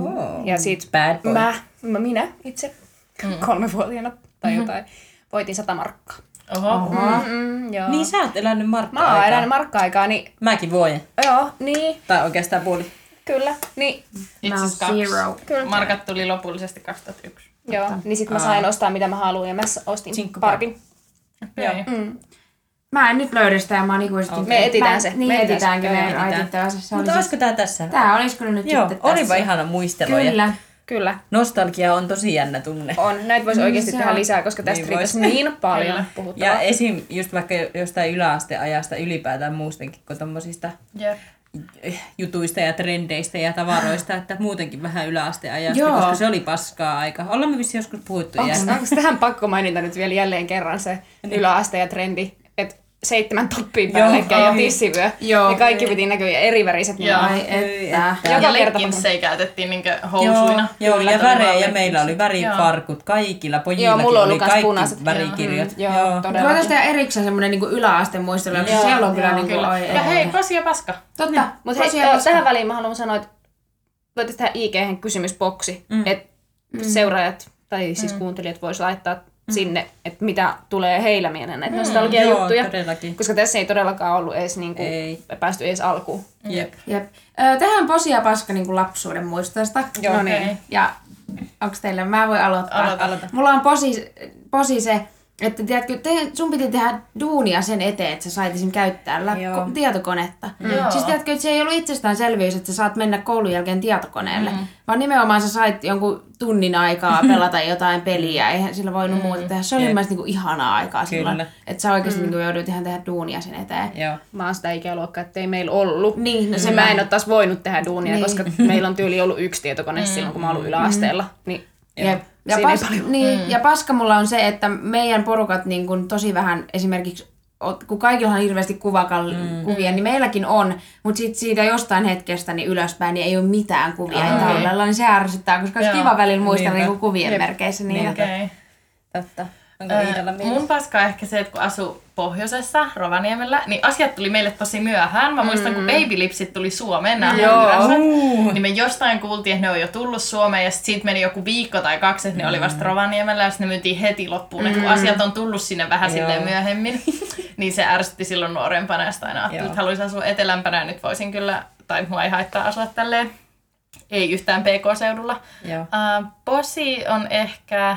[SPEAKER 2] Oh.
[SPEAKER 4] Ja sit
[SPEAKER 2] Bad boy.
[SPEAKER 4] Mm-hmm. mä, mä, minä itse mm. kolmevuotiaana tai jotain voitin sata markkaa.
[SPEAKER 3] Oho.
[SPEAKER 2] Oho.
[SPEAKER 4] Mm, joo.
[SPEAKER 2] Niin sä oot elänyt markka
[SPEAKER 4] Mä oon elänyt markka-aikaa, niin
[SPEAKER 2] Mäkin vuoden.
[SPEAKER 4] joo, niin,
[SPEAKER 2] Tai oikeastaan puoli.
[SPEAKER 4] kyllä, niin,
[SPEAKER 1] Mä oon zero.
[SPEAKER 4] Kyllä.
[SPEAKER 3] Markat tuli lopullisesti 2001.
[SPEAKER 4] joo. Niin sit mä sain ostaa mitä mä haluan ja mä s- ostin
[SPEAKER 2] Sinkku
[SPEAKER 4] parkin.
[SPEAKER 2] Joo.
[SPEAKER 3] Okei.
[SPEAKER 4] Mm.
[SPEAKER 1] Mä en nyt löydä sitä ja mä oon ikuisesti...
[SPEAKER 2] Okei.
[SPEAKER 4] Me etsitään se.
[SPEAKER 1] Niin,
[SPEAKER 4] Me etsitään
[SPEAKER 1] etsitään
[SPEAKER 4] se.
[SPEAKER 1] kyllä.
[SPEAKER 4] Joo,
[SPEAKER 2] etsitään.
[SPEAKER 1] Etsitään. Se olisi...
[SPEAKER 2] Mutta olisiko siis- tää tässä?
[SPEAKER 1] Tää olisiko nyt
[SPEAKER 2] Joo,
[SPEAKER 1] sitten
[SPEAKER 2] olipa
[SPEAKER 1] tässä.
[SPEAKER 2] ihana muisteluja.
[SPEAKER 1] Kyllä.
[SPEAKER 4] Kyllä,
[SPEAKER 2] Nostalgia on tosi jännä tunne.
[SPEAKER 4] Mm, on. Näitä voisi oikeasti
[SPEAKER 1] se
[SPEAKER 4] tehdä
[SPEAKER 1] on.
[SPEAKER 4] lisää, koska tästä
[SPEAKER 2] Niin
[SPEAKER 4] riittäisi
[SPEAKER 2] vois.
[SPEAKER 4] niin paljon
[SPEAKER 3] Kyllä.
[SPEAKER 4] puhuttavaa.
[SPEAKER 2] Ja esim. just vaikka jostain yläasteajasta ylipäätään muustenkin kuin tommosista
[SPEAKER 3] Jep.
[SPEAKER 2] jutuista ja trendeistä ja tavaroista, että muutenkin vähän yläasteajasta,
[SPEAKER 1] Joo.
[SPEAKER 2] koska se oli paskaa aika. Ollaan me vissi joskus puhuttu ja
[SPEAKER 4] Onko tähän pakko mainita nyt vielä jälleen kerran se yläaste ja trendi, että seitsemän toppia päällekkäin ja
[SPEAKER 2] Ai.
[SPEAKER 4] tissivyö.
[SPEAKER 1] Joo.
[SPEAKER 4] Ja kaikki piti näköjään eri väriset.
[SPEAKER 3] Joo.
[SPEAKER 4] mukaan.
[SPEAKER 1] Ai että.
[SPEAKER 4] Joka
[SPEAKER 2] että.
[SPEAKER 3] Ja
[SPEAKER 4] kerta
[SPEAKER 3] leggingssejä käytettiin niinkö
[SPEAKER 2] Joo,
[SPEAKER 3] housuina.
[SPEAKER 2] joo
[SPEAKER 3] Kyllä,
[SPEAKER 2] ja
[SPEAKER 3] tuli
[SPEAKER 2] värejä,
[SPEAKER 3] vaan
[SPEAKER 2] meillä oli värifarkut kaikilla,
[SPEAKER 4] Joo,
[SPEAKER 2] pojillakin
[SPEAKER 4] mulla on
[SPEAKER 2] oli
[SPEAKER 4] ollut kans
[SPEAKER 2] kaikki
[SPEAKER 4] punaiset.
[SPEAKER 2] värikirjat.
[SPEAKER 4] Joo, joo,
[SPEAKER 1] Voitaisiin
[SPEAKER 4] todellakin.
[SPEAKER 1] tehdä erikseen semmoinen niinku yläastemuistelu, koska
[SPEAKER 2] Joo,
[SPEAKER 1] siellä on kyllä niinku...
[SPEAKER 3] Kyllä.
[SPEAKER 1] Oi, ei.
[SPEAKER 3] Ja hei, kosi ja paska.
[SPEAKER 1] Totta.
[SPEAKER 4] Mutta hei,
[SPEAKER 1] tosiaan,
[SPEAKER 4] joo,
[SPEAKER 1] koska-
[SPEAKER 4] tähän väliin mä haluan sanoa, että voitaisiin tehdä IG-hän kysymysboksi, mm. että mm. seuraajat tai siis mm. kuuntelijat vois laittaa mm. sinne, että mitä tulee heillä mieleen näitä mm.
[SPEAKER 2] Joo,
[SPEAKER 4] nostalgia-juttuja.
[SPEAKER 2] todellakin.
[SPEAKER 4] Koska tässä ei todellakaan ollut edes niinku,
[SPEAKER 2] Ei.
[SPEAKER 4] päästy edes alkuun.
[SPEAKER 2] Jep.
[SPEAKER 1] Jep. Ö, Tehdään posi ja paska niinku lapsuuden muistoista.
[SPEAKER 4] Joo.
[SPEAKER 1] No niin.
[SPEAKER 3] Okei.
[SPEAKER 1] Ja onko teillä? Mä voin aloittaa.
[SPEAKER 3] Aloita.
[SPEAKER 2] Aloita.
[SPEAKER 1] Mulla on posi, posi se, että tiedätkö, te, sun piti tehdä duunia sen eteen, että sä sait esim. käyttää lä-
[SPEAKER 2] Joo.
[SPEAKER 1] ko- tietokonetta.
[SPEAKER 3] Joo.
[SPEAKER 1] Siis tiedätkö, että se ei ollut itsestäänselvyys, että sä saat mennä koulun jälkeen tietokoneelle, vaan nimenomaan sä sait jonkun tunnin aikaa pelata jotain peliä, eihän sillä voinut muuta tehdä. Se oli
[SPEAKER 2] Jep.
[SPEAKER 1] yep. mielestäni niinku ihanaa aikaa silloin,
[SPEAKER 2] Kyllä.
[SPEAKER 1] että sä oikeasti niinku joudut ihan tehdä duunia sen eteen.
[SPEAKER 2] Joo.
[SPEAKER 4] Mä oon sitä ikäluokkaa, että ei meillä ollut.
[SPEAKER 1] Niin, no
[SPEAKER 4] Se mä en ole taas voinut tehdä duunia, niin. koska <laughs> meillä on tyyli ollut yksi tietokone mm. silloin, kun mä oon ollut yläasteella. Niin
[SPEAKER 1] Jep. Ja,
[SPEAKER 4] Siinä ei
[SPEAKER 1] pas, niin, mm. ja paska mulla on se, että meidän porukat niin kun tosi vähän esimerkiksi, ot- kun kaikilla on hirveästi kuvakal- mm. kuvia, niin meilläkin on, mutta sit siitä jostain hetkestä niin ylöspäin niin ei ole mitään kuvia okay. tallella, niin se ärsyttää, koska olisi
[SPEAKER 3] Joo.
[SPEAKER 1] kiva välillä muistella
[SPEAKER 2] Niinpä.
[SPEAKER 1] niin kuvien Jep. merkeissä niin- niitä.
[SPEAKER 2] Niinpä.
[SPEAKER 1] Niinpä.
[SPEAKER 3] Okei.
[SPEAKER 2] Totta. Onko Iidalla
[SPEAKER 3] Äh,
[SPEAKER 2] mielessä?
[SPEAKER 3] Mun paska on ehkä se, että kun asu pohjoisessa, Rovaniemellä, niin asiat tuli meille tosi myöhään. Mä muistan, mm. kun Babylipsit tuli Suomeen, nämä hämyränsät, niin me jostain kuultiin, että ne on jo tullut Suomeen, ja sit siitä meni joku viikko tai kaksi, että ne oli vasta Rovaniemellä, ja sitten ne myytiin heti loppuun. Mm. kun asiat on tullut sinne vähän
[SPEAKER 2] Joo.
[SPEAKER 3] silleen myöhemmin, niin se ärsytti silloin nuorempana, ja sitä aina ajattelin,
[SPEAKER 2] Joo.
[SPEAKER 3] että haluaisin asua etelämpänä, ja nyt voisin kyllä, tai mua ei haittaa asua tälleen, ei yhtään PK-seudulla.
[SPEAKER 2] Joo.
[SPEAKER 3] Uh, posi on ehkä...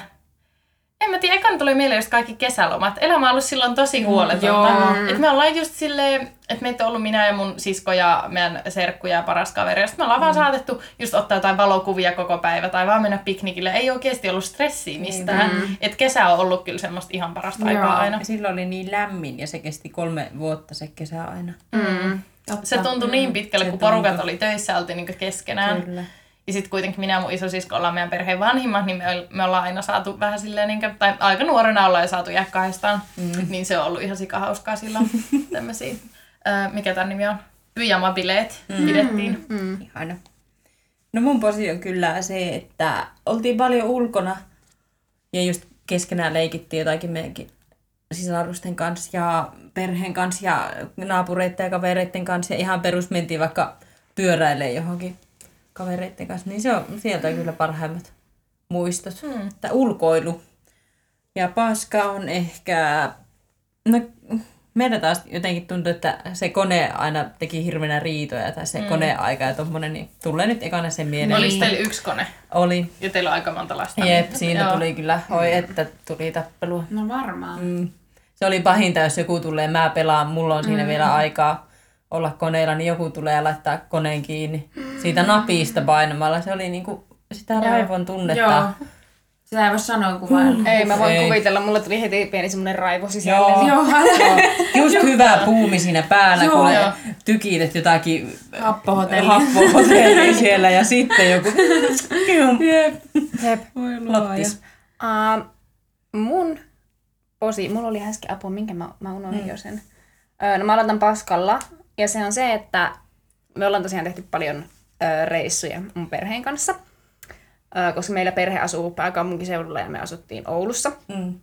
[SPEAKER 3] En mä tiedä, ekan tuli mieleen just kaikki kesälomat. Elämä on ollut silloin tosi huoletonta. Mm, et me ollaan just silleen, että meitä on ollut minä ja mun sisko ja meidän serkku ja paras kaveri. Ja sit me ollaan vaan saatettu just ottaa jotain valokuvia koko päivä tai vaan mennä piknikille. Ei oikeasti ollut stressiä mistään. Mm. Et kesä on ollut kyllä semmoista ihan parasta Joo. aikaa aina.
[SPEAKER 2] Silloin oli niin lämmin ja se kesti kolme vuotta se kesä aina.
[SPEAKER 3] Se tuntui niin pitkälle,
[SPEAKER 2] Se
[SPEAKER 3] kun porukat
[SPEAKER 2] tuntui.
[SPEAKER 3] oli töissä, oltiin niinku keskenään.
[SPEAKER 2] Kyllä.
[SPEAKER 3] Ja sitten kuitenkin minä ja mun isosisko ollaan meidän perheen vanhimmat, niin me, ol- me ollaan aina saatu vähän silleen, niin kuin, tai aika nuorena ollaan jo saatu jää kahdestaan. Mm. Niin se on ollut ihan sikahauskaa silloin. Tämmöisiä, ö, mikä tämän nimi on? Pyjamabileet mm. pidettiin. Mm.
[SPEAKER 2] Ihana. No mun posi on kyllä se, että oltiin paljon ulkona ja just keskenään leikittiin jotakin meidänkin sisarusten kanssa ja perheen kanssa ja naapureiden ja kavereiden kanssa ja ihan perus mentiin vaikka pyöräilee johonkin kavereiden kanssa, niin se on sieltä kyllä parhaimmat muistot. Mm. Tämä ulkoilu. Ja paska on ehkä... No, meidän taas jotenkin tuntuu, että se kone aina teki hirveänä riitoja tai se mm. koneaika ja tommonen, niin tulee nyt ekana sen mieleen.
[SPEAKER 3] Oliko teillä yksi kone?
[SPEAKER 2] Oli.
[SPEAKER 3] Ja teillä on aika monta lasta.
[SPEAKER 2] Jep, siinä
[SPEAKER 3] Joo.
[SPEAKER 2] tuli kyllä, oi että tuli tappelua.
[SPEAKER 1] No varmaan.
[SPEAKER 2] Mm. Se oli pahinta, jos joku tulee, mä pelaan, mulla on siinä mm. vielä aikaa olla koneella, niin joku tulee ja laittaa koneen kiinni siitä napista painamalla. Se oli niinku sitä raivon tunnetta.
[SPEAKER 1] Joo. Sitä ei voi sanoa kuvailla.
[SPEAKER 4] ei mä voin
[SPEAKER 2] Ei.
[SPEAKER 4] kuvitella, mulla tuli heti pieni semmonen raivo sisälle.
[SPEAKER 2] Joo.
[SPEAKER 1] Joo,
[SPEAKER 2] Just hyvä puumi siinä päällä,
[SPEAKER 1] Joo.
[SPEAKER 2] kun
[SPEAKER 3] Joo.
[SPEAKER 2] tykilet jotakin
[SPEAKER 1] happohotelli.
[SPEAKER 2] happohotelli siellä ja sitten joku
[SPEAKER 4] Jep.
[SPEAKER 2] lottis.
[SPEAKER 4] Uh, mun posi, mulla oli äsken apua, minkä mä, mä unohdin mm. jo sen. Öö, no mä aloitan paskalla, ja se on se, että me ollaan tosiaan tehty paljon öö, reissuja mun perheen kanssa, öö, koska meillä perhe asuu pääkaupunkiseudulla ja me asuttiin Oulussa.
[SPEAKER 2] Mm.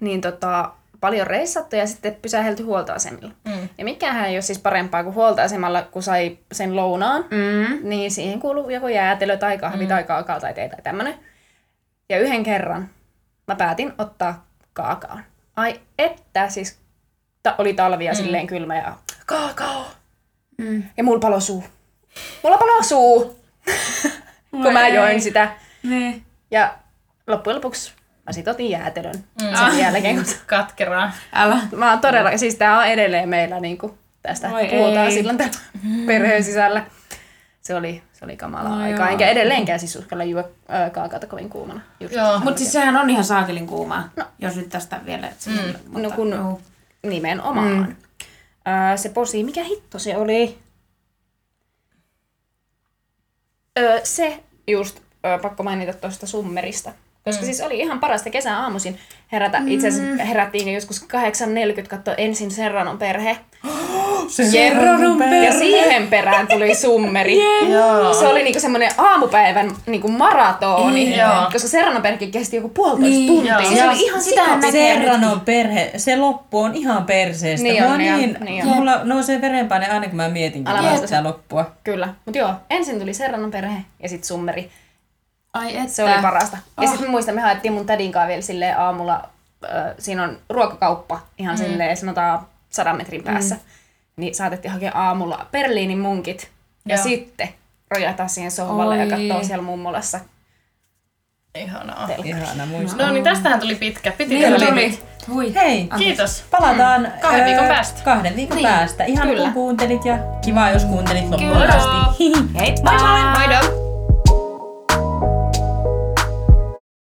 [SPEAKER 4] Niin tota, paljon reissattu ja sitten pysähelty huoltoasemilla. Mm. Ja mikähän ei ole siis parempaa kuin huoltoasemalla, kun sai sen lounaan, mm. niin siihen kuuluu joku jäätelö tai kahvi mm. tai kaakao tai tee tai tämmönen. Ja yhden kerran mä päätin ottaa kaakaan Ai että, siis ta- oli talvi ja mm. silleen kylmä ja koo, koo. Mm. Ja mulla palo suu. Mulla palo suu, <laughs> kun mä join sitä.
[SPEAKER 1] Niin.
[SPEAKER 4] Ja loppujen lopuksi mä sit otin jäätelön mm.
[SPEAKER 1] Ah.
[SPEAKER 4] sen jälkeen. Kun...
[SPEAKER 3] Katkeraa.
[SPEAKER 1] Älä.
[SPEAKER 4] Mä oon todella, siis tää on edelleen meillä niinku, tästä
[SPEAKER 1] Voi
[SPEAKER 4] puhutaan
[SPEAKER 1] ei.
[SPEAKER 4] silloin täällä perheen sisällä. Se oli, se oli kamalaa
[SPEAKER 1] No
[SPEAKER 4] no aikaa,
[SPEAKER 1] joo.
[SPEAKER 4] enkä edelleenkään siis uskalla juo äh, kaakaota kovin kuumana. Just.
[SPEAKER 3] Joo.
[SPEAKER 1] Mutta siis sehän on ihan saakelin kuumaa, no. jos nyt tästä vielä. Mm.
[SPEAKER 4] No kun
[SPEAKER 1] Juu.
[SPEAKER 4] nimenomaan. Mm. Öö, se posi, mikä hitto se oli? Öö, se just, öö, pakko mainita tuosta summerista. Koska mm. siis oli ihan parasta kesää aamuisin herätä. Mm. Itse asiassa herättiin jo joskus 8.40 katsoa ensin Serranon perhe.
[SPEAKER 1] Serranon
[SPEAKER 4] Ja
[SPEAKER 1] perhe.
[SPEAKER 4] siihen perään tuli summeri.
[SPEAKER 3] Joo.
[SPEAKER 4] Se oli niinku semmoinen aamupäivän niinku maratoni,
[SPEAKER 3] Joo.
[SPEAKER 4] koska Serranon perhe kesti joku puolitoista
[SPEAKER 1] Niin,
[SPEAKER 4] niin, tuntia.
[SPEAKER 3] joo.
[SPEAKER 4] Se oli ihan sitä
[SPEAKER 1] Sitä
[SPEAKER 4] mäkeä.
[SPEAKER 2] Serranon perhe, se loppu on ihan perseestä.
[SPEAKER 4] Niin
[SPEAKER 2] Mä
[SPEAKER 4] on,
[SPEAKER 2] oon
[SPEAKER 4] niin on,
[SPEAKER 2] niin,
[SPEAKER 4] niin on.
[SPEAKER 2] mulla nousee verenpaine aina kun mä mietin
[SPEAKER 4] Älä
[SPEAKER 2] kyllä
[SPEAKER 4] vasta.
[SPEAKER 2] sitä loppua.
[SPEAKER 4] Kyllä, mutta joo, ensin tuli Serranon perhe ja sitten summeri.
[SPEAKER 1] Ai että.
[SPEAKER 4] Se oli parasta. Ja
[SPEAKER 1] Oh.
[SPEAKER 4] sitten mä muistan, me haettiin mun tädin kanssa vielä silleen aamulla, ö, siinä on ruokakauppa ihan mm. silleen sanotaan sadan metrin päässä. Mm. Niin saatettiin hakea aamulla Berliinin munkit ja
[SPEAKER 3] Joo.
[SPEAKER 4] sitten rojata siihen sohvalle
[SPEAKER 1] Oi.
[SPEAKER 4] ja katsoa siellä mummolassa
[SPEAKER 3] Ihanaa.
[SPEAKER 4] telkkari.
[SPEAKER 2] Ihana muista.
[SPEAKER 3] No niin, tästähän tuli pitkä. Piti
[SPEAKER 1] Niin
[SPEAKER 3] tuli.
[SPEAKER 1] tuli. Hui.
[SPEAKER 2] Hei,
[SPEAKER 3] Kiitos.
[SPEAKER 2] palataan mm,
[SPEAKER 3] kahden viikon päästä.
[SPEAKER 2] Kahden viikon niin. päästä. Ihan
[SPEAKER 4] kyllä.
[SPEAKER 2] kun kuuntelit ja kiva jos kuuntelit loppuun
[SPEAKER 3] Moro.
[SPEAKER 2] asti.
[SPEAKER 4] Heippa! Moi moi! Moido!